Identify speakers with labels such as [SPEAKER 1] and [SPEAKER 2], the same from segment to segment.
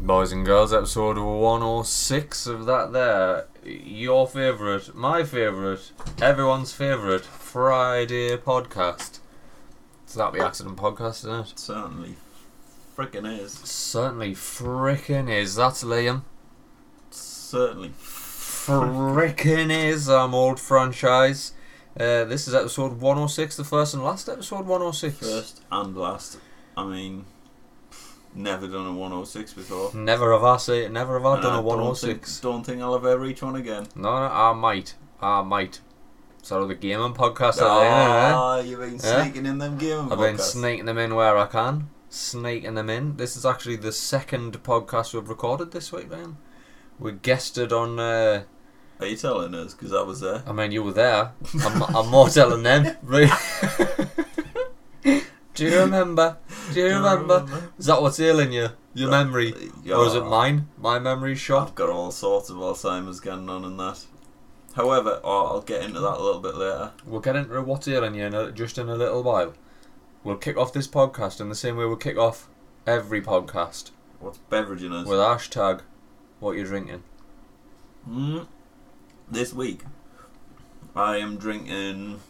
[SPEAKER 1] boys and girls, episode 106 of that there. Your favourite, my favourite, everyone's favourite Friday podcast. It's that the accident podcast, isn't it?
[SPEAKER 2] Certainly frickin' is.
[SPEAKER 1] Certainly frickin' is. That's Liam.
[SPEAKER 2] Certainly.
[SPEAKER 1] Frickin' is, I'm old franchise. Uh, this is episode 106, the first and last episode 106.
[SPEAKER 2] First and last. I mean, never done a 106 before.
[SPEAKER 1] Never have I say, never have I
[SPEAKER 2] And
[SPEAKER 1] done
[SPEAKER 2] I
[SPEAKER 1] a
[SPEAKER 2] don't
[SPEAKER 1] 106.
[SPEAKER 2] think- Don't think, I'll ever reach one again.
[SPEAKER 1] No, no, I might. I might. Sort of the gaming podcast. that I am, eh?
[SPEAKER 2] Ah, you've been
[SPEAKER 1] Yeah.
[SPEAKER 2] sneaking in them game
[SPEAKER 1] I've been
[SPEAKER 2] podcasts.
[SPEAKER 1] sneaking them in where I can. Sneaking them in. This is actually the second podcast we've recorded this week, Ryan. We guested on. Uh,
[SPEAKER 2] Are you telling us? Because I was there.
[SPEAKER 1] I mean, you were there. I'm, I'm more telling them. Really. Do you remember? Do you remember? Is that what's ailing you? Your memory? Or is it mine? My memory's shot?
[SPEAKER 2] I've got all sorts of Alzheimer's going on and that. However, oh, I'll get into that a little bit later.
[SPEAKER 1] We'll get into what's ailing you in a, just in a little while. We'll kick off this podcast in the same way we'll kick off every podcast
[SPEAKER 2] What's beveraging us?
[SPEAKER 1] with hashtag what you're drinking.
[SPEAKER 2] Mm. This week, I am drinking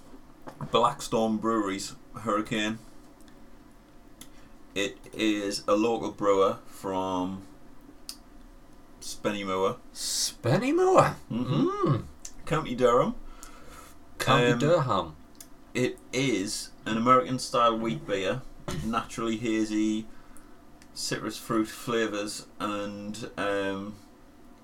[SPEAKER 2] Blackstone Brewery's Hurricane. It is a local brewer from Spennymoor,
[SPEAKER 1] Spenny Moore.
[SPEAKER 2] mm-hmm.
[SPEAKER 1] Mm.
[SPEAKER 2] County Durham.
[SPEAKER 1] County
[SPEAKER 2] Um,
[SPEAKER 1] Durham.
[SPEAKER 2] It is an American style wheat beer, naturally hazy, citrus fruit flavours, and um,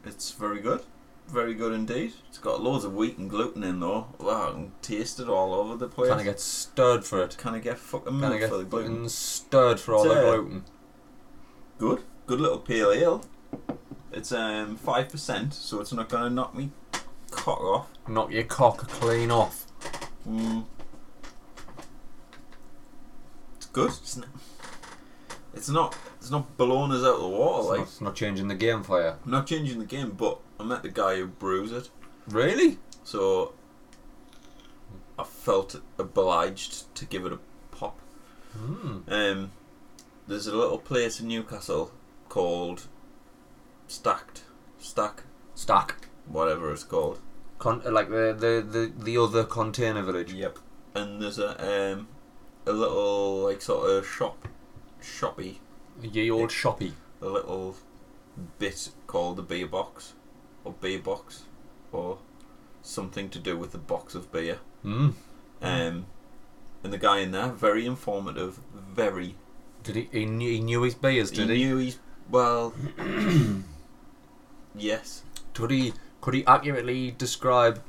[SPEAKER 2] it's very good. Very good indeed. It's got loads of wheat and gluten in though. Wow, I can taste it all over the place.
[SPEAKER 1] Can I get stirred for it?
[SPEAKER 2] Can I get fucking
[SPEAKER 1] Can I
[SPEAKER 2] milk
[SPEAKER 1] get
[SPEAKER 2] oh, Mm, for the uh, gluten?
[SPEAKER 1] fucking stirred for all the
[SPEAKER 2] Yeah.
[SPEAKER 1] gluten?
[SPEAKER 2] Good. Good little pale ale. It's um five percent, so it's not gonna knock me cock off.
[SPEAKER 1] Knock your cock clean off.
[SPEAKER 2] Mm. It's good. It's not. It's not. It's not blowing us out of the water.
[SPEAKER 1] It's
[SPEAKER 2] Oh, like
[SPEAKER 1] not, it's not changing the game for you.
[SPEAKER 2] I'm not changing the game, but I met the guy who brews it,
[SPEAKER 1] Really?
[SPEAKER 2] so I felt obliged to give it a pop.
[SPEAKER 1] Mm.
[SPEAKER 2] Um, there's a little place in Newcastle called Stacked, Stack,
[SPEAKER 1] Stack.
[SPEAKER 2] whatever it's called.
[SPEAKER 1] Con- uh, like the, the, the, the other container village.
[SPEAKER 2] Yep. And there's a um, a little like sort of shop, shoppy,
[SPEAKER 1] Ye old shoppy.
[SPEAKER 2] a little bit called the beer box, or beer box, or something to do with the box of beer.
[SPEAKER 1] Mm.
[SPEAKER 2] Um, and the guy in there, very informative, very.
[SPEAKER 1] Did he, he, knew, he knew his beers, did he?
[SPEAKER 2] knew he's well. yes.
[SPEAKER 1] Could he could he accurately describe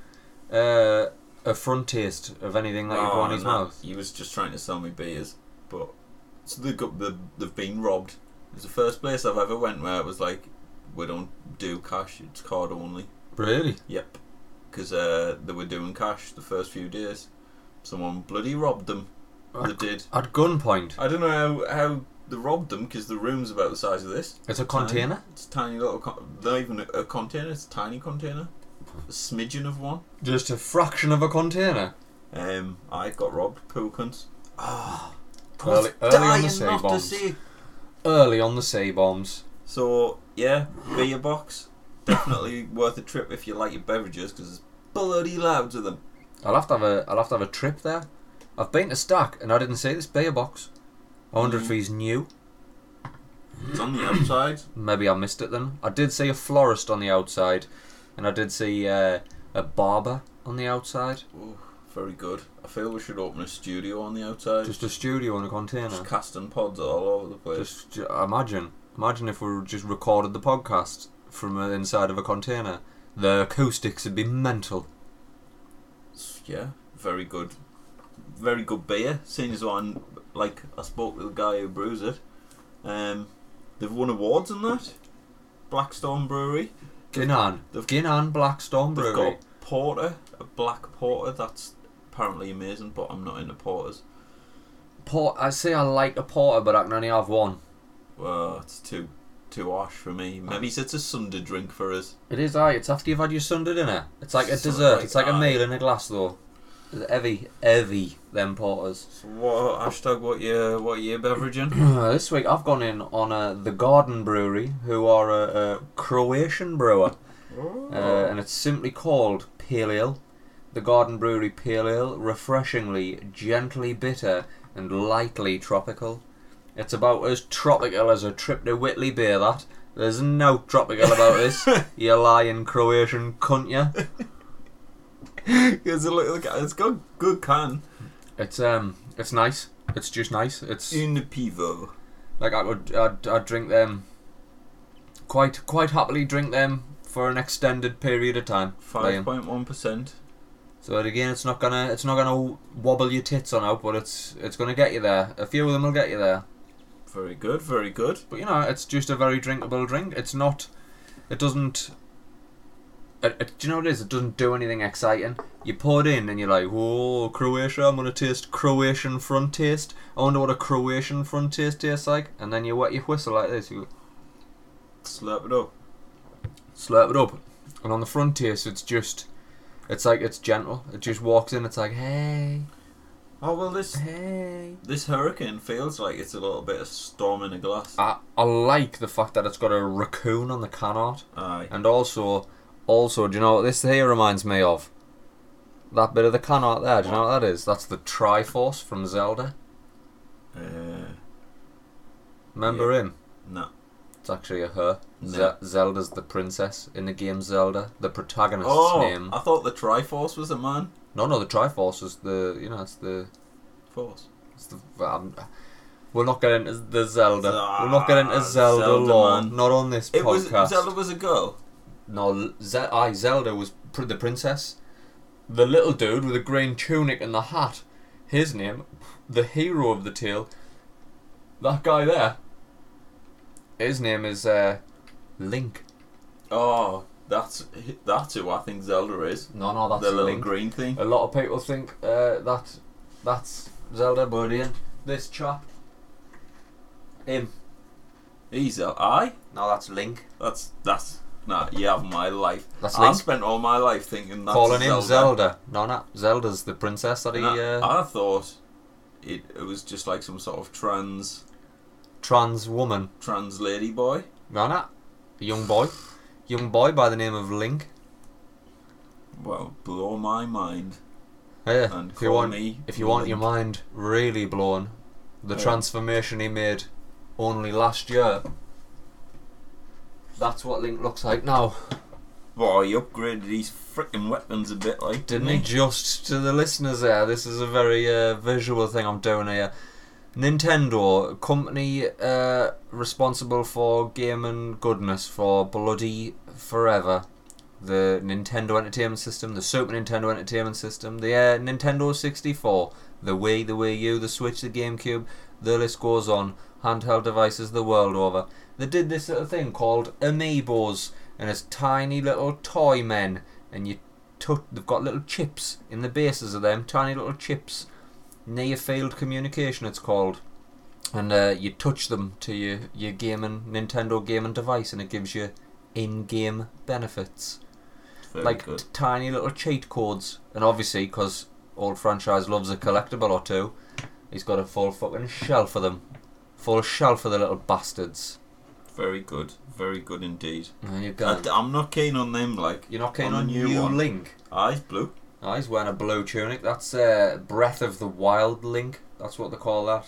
[SPEAKER 1] uh, a front taste of anything that you put
[SPEAKER 2] Oh,
[SPEAKER 1] on his
[SPEAKER 2] no,
[SPEAKER 1] mouth?
[SPEAKER 2] He was just trying to sell me beers, but so they got the they've been robbed. It was the first place I've ever went where it was like, we don't do cash; it's card only.
[SPEAKER 1] Really?
[SPEAKER 2] Yep, because uh, they were doing cash the first few days. Someone bloody robbed them. They did.
[SPEAKER 1] At gunpoint.
[SPEAKER 2] I don't know how, how they robbed them because the room's about the size of this.
[SPEAKER 1] It's a container?
[SPEAKER 2] It's a tiny little. Con- not even a, a container. It's a tiny container. A smidgen of one.
[SPEAKER 1] Just a fraction of a container.
[SPEAKER 2] Um, I got robbed. Poor cunts. Ah.
[SPEAKER 1] Early-
[SPEAKER 2] I
[SPEAKER 1] early on
[SPEAKER 2] was
[SPEAKER 1] the
[SPEAKER 2] dying
[SPEAKER 1] sea
[SPEAKER 2] not
[SPEAKER 1] bombs.
[SPEAKER 2] to see
[SPEAKER 1] Early on the sea bombs.
[SPEAKER 2] So yeah, beer box definitely worth a trip if you like your beverages because there's bloody loads of them.
[SPEAKER 1] I'll have to have a I'll have to have a trip there. I've been to Stack and I didn't see this beer box. I wonder if
[SPEAKER 2] Mm.
[SPEAKER 1] he's new.
[SPEAKER 2] It's on the outside.
[SPEAKER 1] Maybe I missed it then. I did see a florist on the outside, and I did see uh, a barber on the outside.
[SPEAKER 2] Ooh, very good. I feel we should open a studio on the outside. Just,
[SPEAKER 1] Just a studio and a container.
[SPEAKER 2] casting pods all over the place.
[SPEAKER 1] Just j- imagine, imagine if we just recorded the podcast from uh, inside of a container. The acoustics would be mental.
[SPEAKER 2] yeah, very good, very good beer. Seeing as on, like I spoke to the guy who brews it. Um, they've won awards in that. Blackstone Brewery.
[SPEAKER 1] Ginnan,
[SPEAKER 2] They've-
[SPEAKER 1] Ginnan Blackstone
[SPEAKER 2] They've
[SPEAKER 1] Brewery.
[SPEAKER 2] got porter, a black porter. That's apparently amazing, but I'm not into porters.
[SPEAKER 1] Port, I say I like a porter, but I can only have one.
[SPEAKER 2] Well, it's too too harsh for me. Maybe it's a Sunday drink for us.
[SPEAKER 1] It is aye. It's after you've had your Sunday dinner. It's like a
[SPEAKER 2] Something
[SPEAKER 1] dessert.
[SPEAKER 2] like
[SPEAKER 1] it's like a
[SPEAKER 2] that.
[SPEAKER 1] meal in a glass, though. Evie, Evie, them porters.
[SPEAKER 2] So what hashtag? What you what you beveraging?
[SPEAKER 1] this week I've gone in on uh, the Garden Brewery, who are a, a Croatian brewer, uh, and it's simply called Pale Ale. The Garden Brewery Pale Ale, refreshingly, gently bitter, and lightly tropical. It's about as tropical as a trip to Whitley Bay. That there's no tropical about this. You lying Croatian cunt, you.
[SPEAKER 2] it's, a, look, look, it's got good can.
[SPEAKER 1] It's um, it's nice. It's just nice. It's
[SPEAKER 2] In the pivo.
[SPEAKER 1] like I would, I'd, I'd drink them. Quite, quite happily drink them for an extended period of time.
[SPEAKER 2] Five
[SPEAKER 1] Liam.
[SPEAKER 2] point one percent.
[SPEAKER 1] So that again, it's not gonna, it's not gonna wobble your tits on out, but it's, it's gonna get you there. A few of them will get you there.
[SPEAKER 2] Very good. Very good.
[SPEAKER 1] But you know, it's just a very drinkable drink. It's not, it doesn't. It, it, do you know what it is? It doesn't do anything exciting. You pour it in and you're like, whoa, Croatia, I'm gonna taste Croatian front taste. I wonder what a Croatian front taste tastes like. And then you wet your whistle like this. You go,
[SPEAKER 2] Slap it up.
[SPEAKER 1] slurp it up. And on the front taste, it's just, it's like it's gentle. It just walks in. It's like hey,
[SPEAKER 2] Oh well, this
[SPEAKER 1] hey.
[SPEAKER 2] this hurricane feels like it's a little bit of storm in a glass.
[SPEAKER 1] I I like the fact that it's got a raccoon on the can art,
[SPEAKER 2] Aye.
[SPEAKER 1] and also, also, do you know what this here reminds me of? That bit of the can art there. Do you know what that is? That's the Triforce from Zelda.
[SPEAKER 2] Uh,
[SPEAKER 1] Remember him?
[SPEAKER 2] no.
[SPEAKER 1] It's actually a her.
[SPEAKER 2] No.
[SPEAKER 1] Ze- Zelda's the princess in the game Zelda. The protagonist's
[SPEAKER 2] Oh,
[SPEAKER 1] name.
[SPEAKER 2] I thought the Triforce was a man.
[SPEAKER 1] No, no, the Triforce is the you know it's the
[SPEAKER 2] Force.
[SPEAKER 1] It's the, um, we'll not get into the Zelda.
[SPEAKER 2] Ah,
[SPEAKER 1] we'll not get into Zelda,
[SPEAKER 2] Zelda,
[SPEAKER 1] lore.
[SPEAKER 2] man.
[SPEAKER 1] Not on this
[SPEAKER 2] It
[SPEAKER 1] podcast.
[SPEAKER 2] was Zelda was a girl.
[SPEAKER 1] No, Ze- I Zelda was pr- the princess. The little dude with the green tunic and the hat. His name, the hero of the tale. That guy there. His name is uh, Link.
[SPEAKER 2] Oh, that's that's who I think Zelda is.
[SPEAKER 1] No, no, that's
[SPEAKER 2] the little
[SPEAKER 1] Link.
[SPEAKER 2] green thing.
[SPEAKER 1] A lot of people think uh, that that's Zelda, but Ian, this chap, him.
[SPEAKER 2] He's a I.
[SPEAKER 1] No, that's Link.
[SPEAKER 2] That's that's nah. You have my life.
[SPEAKER 1] That's
[SPEAKER 2] I
[SPEAKER 1] Link.
[SPEAKER 2] spent all my life thinking that's
[SPEAKER 1] calling
[SPEAKER 2] Zelda.
[SPEAKER 1] him Zelda. No, no, Zelda's the princess that he
[SPEAKER 2] And I,
[SPEAKER 1] uh,
[SPEAKER 2] I thought it, it was just like some sort of trans
[SPEAKER 1] trans woman.
[SPEAKER 2] trans lady boy.
[SPEAKER 1] No, no, a young boy, young boy by the name of Link.
[SPEAKER 2] Well, blow my mind
[SPEAKER 1] Yeah,
[SPEAKER 2] and
[SPEAKER 1] if you
[SPEAKER 2] call
[SPEAKER 1] want,
[SPEAKER 2] me.
[SPEAKER 1] if you want your
[SPEAKER 2] Link.
[SPEAKER 1] mind really blown, the
[SPEAKER 2] Yeah.
[SPEAKER 1] transformation he made only last year. That's what Link looks like now,
[SPEAKER 2] Boy, he upgraded his freaking weapons a bit, like
[SPEAKER 1] didn't he? Just to the listeners there, this is a very uh, visual thing I'm doing here. Nintendo, company uh, responsible for game and goodness for bloody forever. The Nintendo Entertainment System, the Super Nintendo Entertainment System, the uh, Nintendo 64, the Wii, the Wii U, the Switch, the GameCube, the list goes on. Handheld devices the world over. They did this little thing called Amiibos, and it's tiny little toy men, and you tut- they've got little chips in the bases of them, tiny little chips near field communication it's called and uh, you touch them to your your gaming Nintendo gaming device and it gives you in-game benefits
[SPEAKER 2] Very
[SPEAKER 1] like
[SPEAKER 2] good.
[SPEAKER 1] t- tiny little cheat codes and obviously because old franchise loves a collectible or two he's got a full fucking shelf of them full shelf of the little bastards
[SPEAKER 2] Very good. Very good indeed.
[SPEAKER 1] and you
[SPEAKER 2] I,
[SPEAKER 1] go
[SPEAKER 2] am not keen on them. Like
[SPEAKER 1] you're not keen
[SPEAKER 2] on a
[SPEAKER 1] on
[SPEAKER 2] new
[SPEAKER 1] new
[SPEAKER 2] one.
[SPEAKER 1] Link
[SPEAKER 2] eyes blue.
[SPEAKER 1] oh, he's wearing a blue tunic that's uh, Breath of the Wild Link that's what they call that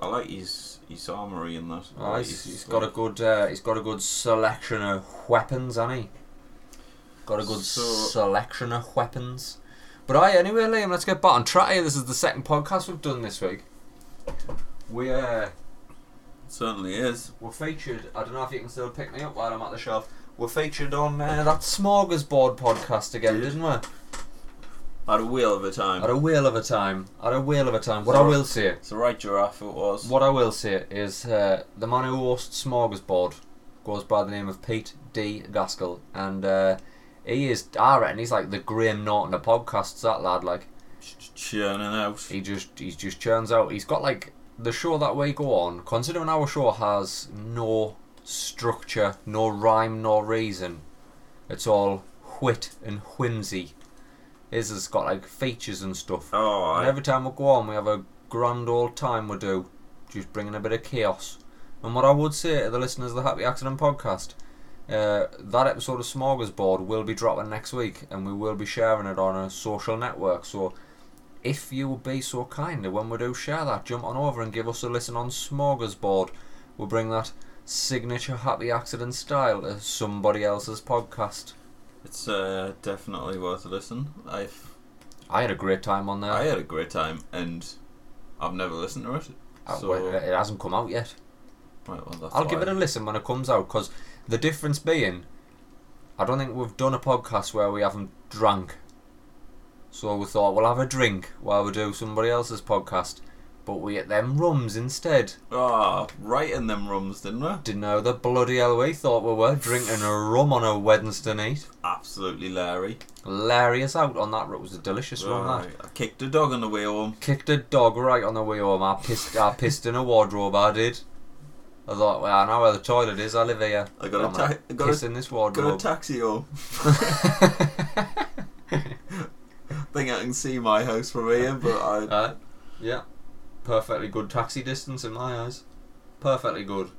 [SPEAKER 2] I like his his armory and that. I
[SPEAKER 1] Oh,
[SPEAKER 2] like
[SPEAKER 1] he's,
[SPEAKER 2] his-
[SPEAKER 1] he's got a good uh, he's got a good selection of weapons, hasn't he? Got a good
[SPEAKER 2] So-
[SPEAKER 1] selection of weapons. But aye, anyway, Liam, let's get back on track here. This is the second podcast we've done this week. We uh,
[SPEAKER 2] certainly is.
[SPEAKER 1] were featured. I don't know if you can still pick me up while I'm at the shelf. We're featured on uh, that smorgasbord podcast again,
[SPEAKER 2] Did.
[SPEAKER 1] didn't we?
[SPEAKER 2] Had a wheel of a time.
[SPEAKER 1] At a whale of a time. At a whale of a time. What I
[SPEAKER 2] Sorry.
[SPEAKER 1] will say,
[SPEAKER 2] It's the right giraffe it was.
[SPEAKER 1] What I will say is uh, the man who hosts Smorgasbord goes by the name of Pete D. Gaskell, and uh, he is, I reckon, he's like the Graham Norton of podcasts. That lad, like
[SPEAKER 2] Ch- ch- Churning out.
[SPEAKER 1] he just he just churns out. He's got like the show that we go on. Considering our show has no structure, no rhyme, nor reason, it's all wit and whimsy. His has got like features and stuff.
[SPEAKER 2] Oh,
[SPEAKER 1] And
[SPEAKER 2] I,
[SPEAKER 1] every time we go on, we have a grand old time we do, just bringing a bit of chaos. And what I would say to the listeners of the Happy Accident podcast, uh, that episode of Smorgasbord will be dropping next week, and we will be sharing it on a social network. So if you will be so kind, when we do share that, jump on over and give us a listen on Smorgasbord. We'll bring that signature Happy Accident style to somebody else's podcast.
[SPEAKER 2] it's uh, definitely worth a listen. I've
[SPEAKER 1] I had a great time on there.
[SPEAKER 2] I had a great time, and I've never listened to it.
[SPEAKER 1] Uh,
[SPEAKER 2] so-
[SPEAKER 1] well, it hasn't come out yet.
[SPEAKER 2] Right, well, that's
[SPEAKER 1] I'll
[SPEAKER 2] why.
[SPEAKER 1] give it a listen when it comes out because the difference being, I don't think we've done a podcast where we haven't drank. So we thought we'll have a drink while we do somebody else's podcast, but we hit them rums instead.
[SPEAKER 2] Ah, right in them rums, didn't we?
[SPEAKER 1] Didn't know the bloody hell we thought we were drinking a rum on a Wednesday night.
[SPEAKER 2] Absolutely, Larry.
[SPEAKER 1] Hilarious out on that. It was a delicious rum. That
[SPEAKER 2] Right, I kicked a dog on the way home.
[SPEAKER 1] kicked a dog right on the way home. I pissed. I pissed in a wardrobe. I did. I thought, well, I know where the toilet is. I live here.
[SPEAKER 2] I got a
[SPEAKER 1] I'm gonna
[SPEAKER 2] ta- I got a-
[SPEAKER 1] piss in this wardrobe.
[SPEAKER 2] Got a taxi home. Think I can see my house from here, but I.
[SPEAKER 1] Uh, yeah. Perfectly good taxi distance in my eyes. Perfectly good.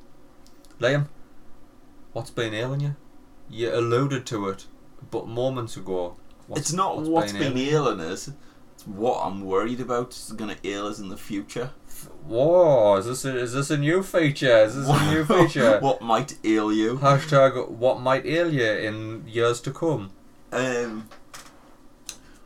[SPEAKER 1] Liam, what's been ailing you? You alluded to it, but moments ago. What's,
[SPEAKER 2] it's not what's been ailing us. It's what I'm worried about is going to ail us in the future.
[SPEAKER 1] Whoa! Is this a, is this a new feature? Is this a new feature?
[SPEAKER 2] what might ail you?
[SPEAKER 1] Hashtag what might ail you in years to come.
[SPEAKER 2] Um,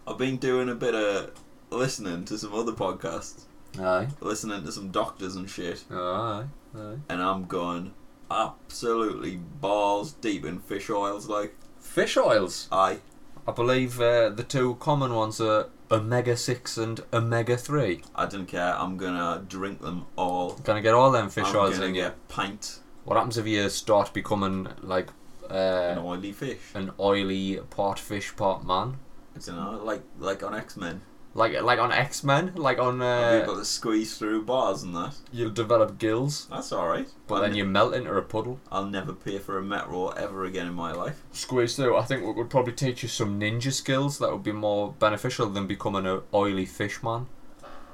[SPEAKER 2] I've been doing a bit of listening to some other podcasts,
[SPEAKER 1] Aye,
[SPEAKER 2] listening to some doctors and shit,
[SPEAKER 1] aye, aye.
[SPEAKER 2] and I'm going absolutely balls deep in fish oils. Like,
[SPEAKER 1] Fish oils.
[SPEAKER 2] I
[SPEAKER 1] I believe uh, the two common ones are omega six and omega three.
[SPEAKER 2] I don't care. I'm gonna drink them all.
[SPEAKER 1] Gonna get all them fish
[SPEAKER 2] I'm
[SPEAKER 1] oils
[SPEAKER 2] gonna
[SPEAKER 1] in you.
[SPEAKER 2] get a pint
[SPEAKER 1] What happens if you start becoming like
[SPEAKER 2] an
[SPEAKER 1] uh,
[SPEAKER 2] oily fish.
[SPEAKER 1] an oily part fish, part man?
[SPEAKER 2] I don't know, like like on X Men,
[SPEAKER 1] Like like on X Men, like on
[SPEAKER 2] I'll be
[SPEAKER 1] uh,
[SPEAKER 2] able to squeeze through bars and that.
[SPEAKER 1] you'll develop gills,
[SPEAKER 2] That's all right.
[SPEAKER 1] but then you melt into a puddle.
[SPEAKER 2] I'll never pay for a Met roll ever again in my life.
[SPEAKER 1] Squeeze through. I think we would probably teach you some ninja skills that would be more beneficial than becoming an oily fish man.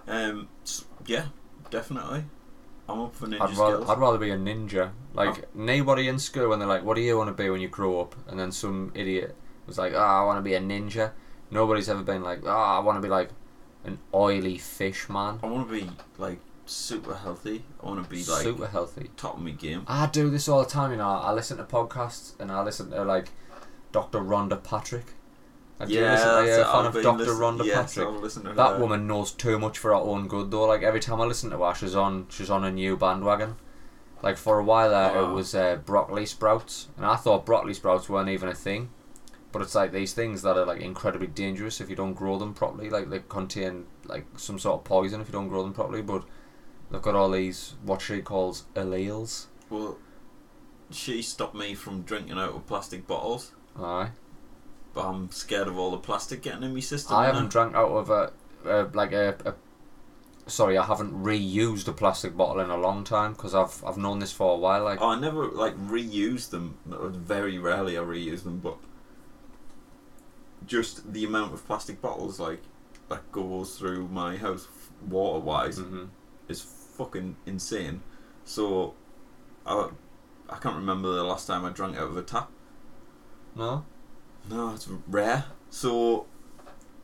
[SPEAKER 2] Um, s- yeah, definitely. I'm up for ninja
[SPEAKER 1] I'd rather
[SPEAKER 2] skills.
[SPEAKER 1] I'd rather be a ninja. Like nobody in school when they're like, "What do you want to be when you grow up?" and then some idiot was like, "Oh, I want to be a ninja." Nobody's ever been like, "Oh, I want to be like an oily fish man."
[SPEAKER 2] I want to be like super healthy. I want to be like
[SPEAKER 1] super healthy.
[SPEAKER 2] top of my game.
[SPEAKER 1] I do this all the time, you know. I listen to podcasts and I listen to like Dr. Rhonda Patrick. And do you listen to- are you
[SPEAKER 2] that's
[SPEAKER 1] a
[SPEAKER 2] it,
[SPEAKER 1] fan
[SPEAKER 2] I've
[SPEAKER 1] of
[SPEAKER 2] been
[SPEAKER 1] Dr.
[SPEAKER 2] listen-
[SPEAKER 1] Rhonda
[SPEAKER 2] yes,
[SPEAKER 1] Patrick?
[SPEAKER 2] I've listened to
[SPEAKER 1] That
[SPEAKER 2] her.
[SPEAKER 1] woman knows too much for her own good, though. Like every time I listen to her, she's on she's on a new bandwagon. Like for a while there, it
[SPEAKER 2] Wow.
[SPEAKER 1] was uh, broccoli sprouts, and I thought broccoli sprouts weren't even a thing. But it's like these things that are like incredibly dangerous if you don't grow them properly. Like they contain like some sort of poison if you don't grow them properly. But they've got all these what she calls alleles.
[SPEAKER 2] Well, she stopped me from drinking out of plastic bottles,
[SPEAKER 1] Aye.
[SPEAKER 2] but I'm scared of all the plastic getting in my system.
[SPEAKER 1] I
[SPEAKER 2] now.
[SPEAKER 1] haven't drank out of a, a like a, a. Sorry, I haven't reused a plastic bottle in a long time because I've I've known this for a while. Like
[SPEAKER 2] Oh, I never like reuse them. Very rarely I reuse them, but just the amount of plastic bottles like that goes through my house water wise
[SPEAKER 1] Mhm.
[SPEAKER 2] is fucking insane. So I I can't remember the last time I drank out of a tap.
[SPEAKER 1] no,
[SPEAKER 2] No, it's rare. So,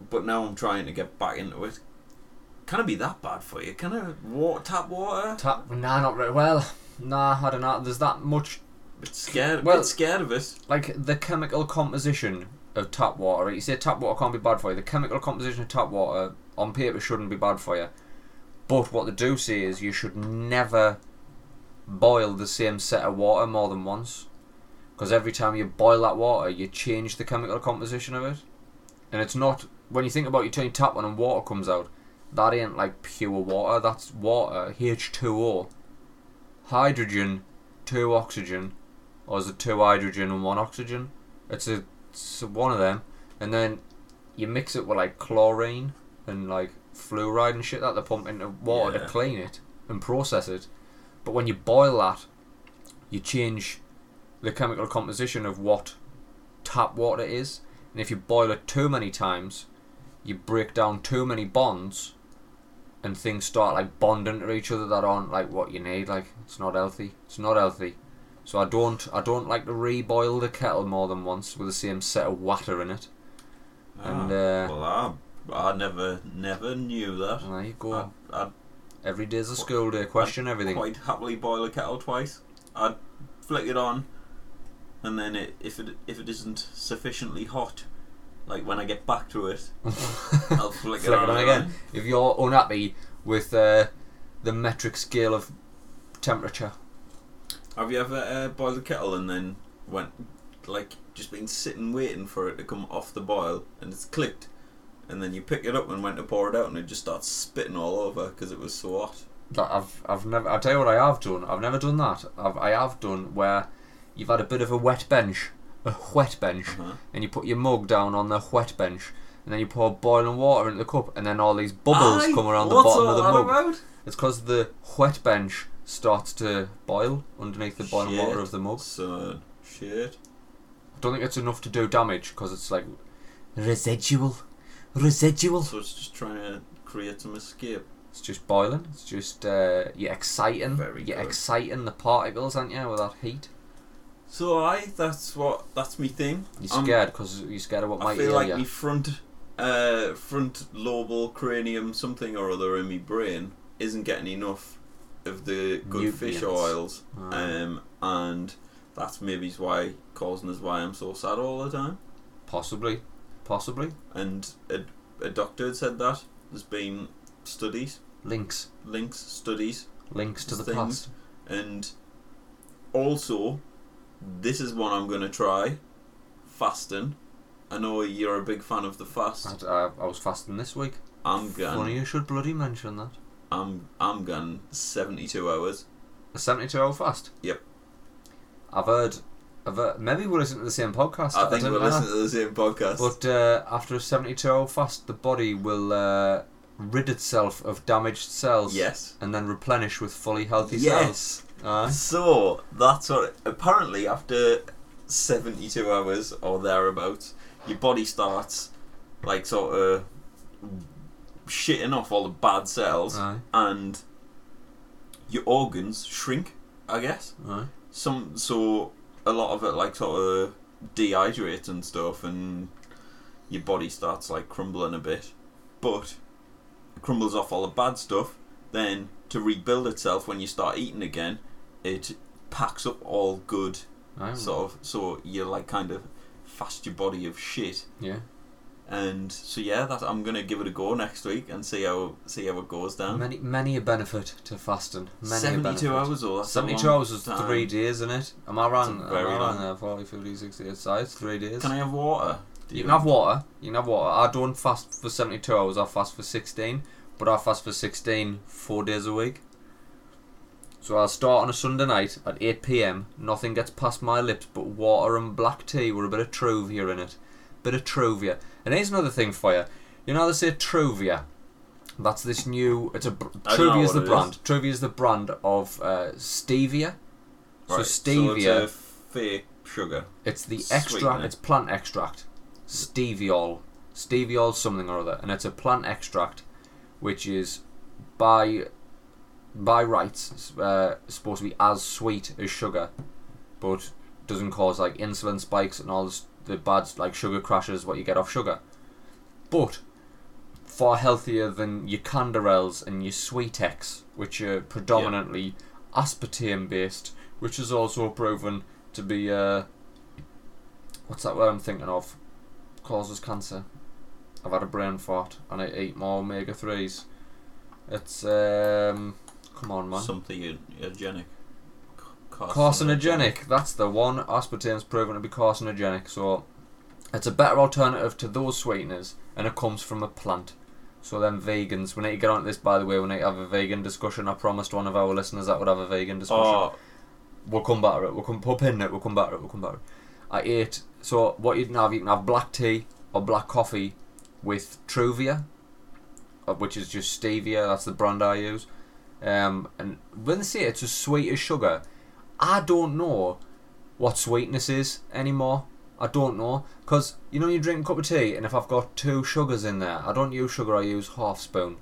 [SPEAKER 2] but now I'm trying to get back into it. Can it be that bad for you? Can it water tap water?
[SPEAKER 1] tap. Nah, not really. Well, nah, I don't know. There's that much
[SPEAKER 2] It's scared.
[SPEAKER 1] Well-
[SPEAKER 2] Well, it's scared of it.
[SPEAKER 1] like the chemical composition of tap water. right? You say tap water can't be bad for you. The chemical composition of tap water on paper shouldn't be bad for you. But what they do say is you should never boil the same set of water more than once. Because every time you boil that water, you change the chemical composition of it. And it's not, when you think about you turn your tap on and water comes out, that ain't like pure water. That's water, H2O. Hydrogen, two oxygen, or is it two hydrogen and one oxygen? It's a it's one of them, and then you mix it with like chlorine and like fluoride and shit that they pump into water
[SPEAKER 2] Yeah.
[SPEAKER 1] to clean it and process it. But when you boil that, you change the chemical composition of what tap water is, and if you boil it too many times, you break down too many bonds, and things start like bonding to each other that aren't like what you need. Like it's not healthy. It's not healthy. So I don't I don't like to reboil the kettle more than once with the same set of water in it.
[SPEAKER 2] Ah.
[SPEAKER 1] And, uh,
[SPEAKER 2] well, I, I never never knew that.
[SPEAKER 1] And there you go.
[SPEAKER 2] I, I'd
[SPEAKER 1] Every day's a school day. Question everything.
[SPEAKER 2] quite happily boil a kettle twice. I'd flick it on, and then it, if it if it isn't sufficiently hot, like when I get back to it, I'll flick,
[SPEAKER 1] Flick it on again. If you're unhappy with uh, the metric scale of temperature,
[SPEAKER 2] Have you ever uh, boiled a kettle and then went like just been sitting waiting for it to come off the boil and it's clicked, and then you pick it up and went to pour it out and it just starts spitting all over because it was so hot.
[SPEAKER 1] that I've I've never. I tell you what I have done. I've never done that. I've I have done where you've had a bit of a wet bench, a wet bench,
[SPEAKER 2] Uh-huh.
[SPEAKER 1] and you put your mug down on the wet bench, and then you pour boiling water into the cup, and then all these bubbles
[SPEAKER 2] Aye,
[SPEAKER 1] come around the
[SPEAKER 2] what's
[SPEAKER 1] bottom
[SPEAKER 2] all
[SPEAKER 1] of the
[SPEAKER 2] that
[SPEAKER 1] mug.
[SPEAKER 2] about?
[SPEAKER 1] It's because the wet bench starts to boil underneath the boiling
[SPEAKER 2] Shit.
[SPEAKER 1] water of the mug.
[SPEAKER 2] So shit.
[SPEAKER 1] I don't think it's enough to do damage because it's like residual, residual.
[SPEAKER 2] So it's just trying to create some escape.
[SPEAKER 1] It's just boiling. It's just uh, you're exciting.
[SPEAKER 2] Very
[SPEAKER 1] you're
[SPEAKER 2] good.
[SPEAKER 1] exciting the particles, aren't you, with that heat?
[SPEAKER 2] So I, that's what, that's me thing.
[SPEAKER 1] You're
[SPEAKER 2] I'm-
[SPEAKER 1] scared because you're scared of what
[SPEAKER 2] Um, I
[SPEAKER 1] might
[SPEAKER 2] feel
[SPEAKER 1] hear
[SPEAKER 2] like
[SPEAKER 1] you.
[SPEAKER 2] me front, uh, front lobal cranium something or other in me brain isn't getting enough of the good fish
[SPEAKER 1] Nutrients.
[SPEAKER 2] oils,
[SPEAKER 1] Ah.
[SPEAKER 2] um, and that's maybe why causing us why I'm so sad all the time.
[SPEAKER 1] possibly, possibly
[SPEAKER 2] And a, a doctor had said that there's been studies,
[SPEAKER 1] links,
[SPEAKER 2] links studies
[SPEAKER 1] links to the
[SPEAKER 2] Things.
[SPEAKER 1] past.
[SPEAKER 2] And also, this is one I'm going to try fasting. I know you're a big fan of the fast.
[SPEAKER 1] I, uh, I, I was fasting this week.
[SPEAKER 2] I'm going.
[SPEAKER 1] Funny you should bloody mention that.
[SPEAKER 2] I'm I'm going 72 hours.
[SPEAKER 1] A seventy-two hour fast.
[SPEAKER 2] Yep.
[SPEAKER 1] I've heard. I've heard, maybe we're listening to the same podcast.
[SPEAKER 2] I think
[SPEAKER 1] don't
[SPEAKER 2] we're
[SPEAKER 1] know.
[SPEAKER 2] listening to the same podcast.
[SPEAKER 1] But uh, after a 72 hour fast, the body will uh, rid itself of damaged cells
[SPEAKER 2] yes.
[SPEAKER 1] and then replenish with fully healthy cells.
[SPEAKER 2] Yes.
[SPEAKER 1] Aye.
[SPEAKER 2] So that's what. Apparently, after 72 hours or thereabouts, your body starts like sort of shitting off all the bad cells,
[SPEAKER 1] Aye.
[SPEAKER 2] and your organs shrink. I guess.
[SPEAKER 1] Aye.
[SPEAKER 2] some so a lot of it like sort of dehydrates and stuff and your body starts like crumbling a bit but it crumbles off all the bad stuff then to rebuild itself when you start eating again it packs up all good
[SPEAKER 1] Aye.
[SPEAKER 2] sort of so you like kind of fast your body of shit
[SPEAKER 1] Yeah.
[SPEAKER 2] and so yeah that i'm gonna give it a go next week and see how see how it goes down
[SPEAKER 1] Many, many a benefit to fasting. Many a
[SPEAKER 2] 72
[SPEAKER 1] benefit.
[SPEAKER 2] hours or that's a
[SPEAKER 1] 72
[SPEAKER 2] long
[SPEAKER 1] hours is
[SPEAKER 2] time.
[SPEAKER 1] three days, isn't it? Am I wrong?
[SPEAKER 2] It's a
[SPEAKER 1] Am I
[SPEAKER 2] very
[SPEAKER 1] wrong
[SPEAKER 2] long-
[SPEAKER 1] there? 40, 50, 60, it's size, three days.
[SPEAKER 2] can i have water Do
[SPEAKER 1] you can have water. You can have water. I don't fast for 72 hours, I fast for 16, but I fast for 16 four days a week. So I'll start on a Sunday night at 8 pm. Nothing gets past my lips but water and black tea with a bit of Trovia in it. Bit of Trovia. And here's another thing for you. You know, how they say Trovia. That's this new. It's a br-
[SPEAKER 2] I don't know
[SPEAKER 1] Trovia's the
[SPEAKER 2] what it
[SPEAKER 1] brand. Trovia's the brand of uh, stevia. So
[SPEAKER 2] so it's
[SPEAKER 1] stevia,
[SPEAKER 2] a fake sugar.
[SPEAKER 1] it's, the
[SPEAKER 2] sweetener.
[SPEAKER 1] extract. It's plant extract, steviol, steviol something or other, and it's a plant extract, which is by by rights s- uh, supposed to be as sweet as sugar, but doesn't cause like insulin spikes and all this, the bad like sugar crashes what you get off sugar, but far healthier than your Canderels and your Sweetex, which are predominantly aspartame based, which is also proven to be uh, what's that word I'm thinking of? Causes cancer. I've had a brain fart and I ate more omega threes. It's um, come on, man.
[SPEAKER 2] Something ergenic.
[SPEAKER 1] Carcinogenic. That's the one. Aspartame's proven to be carcinogenic, so it's a better alternative to those sweeteners, and it comes from a plant. So then vegans, we need to get on to this. By the way, we need to have a vegan discussion. I promised one of our listeners that would have a vegan discussion.
[SPEAKER 2] Oh,
[SPEAKER 1] We'll come back to it. We'll come pop in it. We'll come back to it. We'll come back to it. I ate. So what you can have, you can have black tea or black coffee with Truvia, uh, which is just stevia. That's the brand I use. Um, and when they say it's as sweet as sugar, I don't know what sweetness is anymore. I don't know. Because, you know, you drink a cup of tea, and if I've got two sugars in there, I don't use sugar, I use half spoon.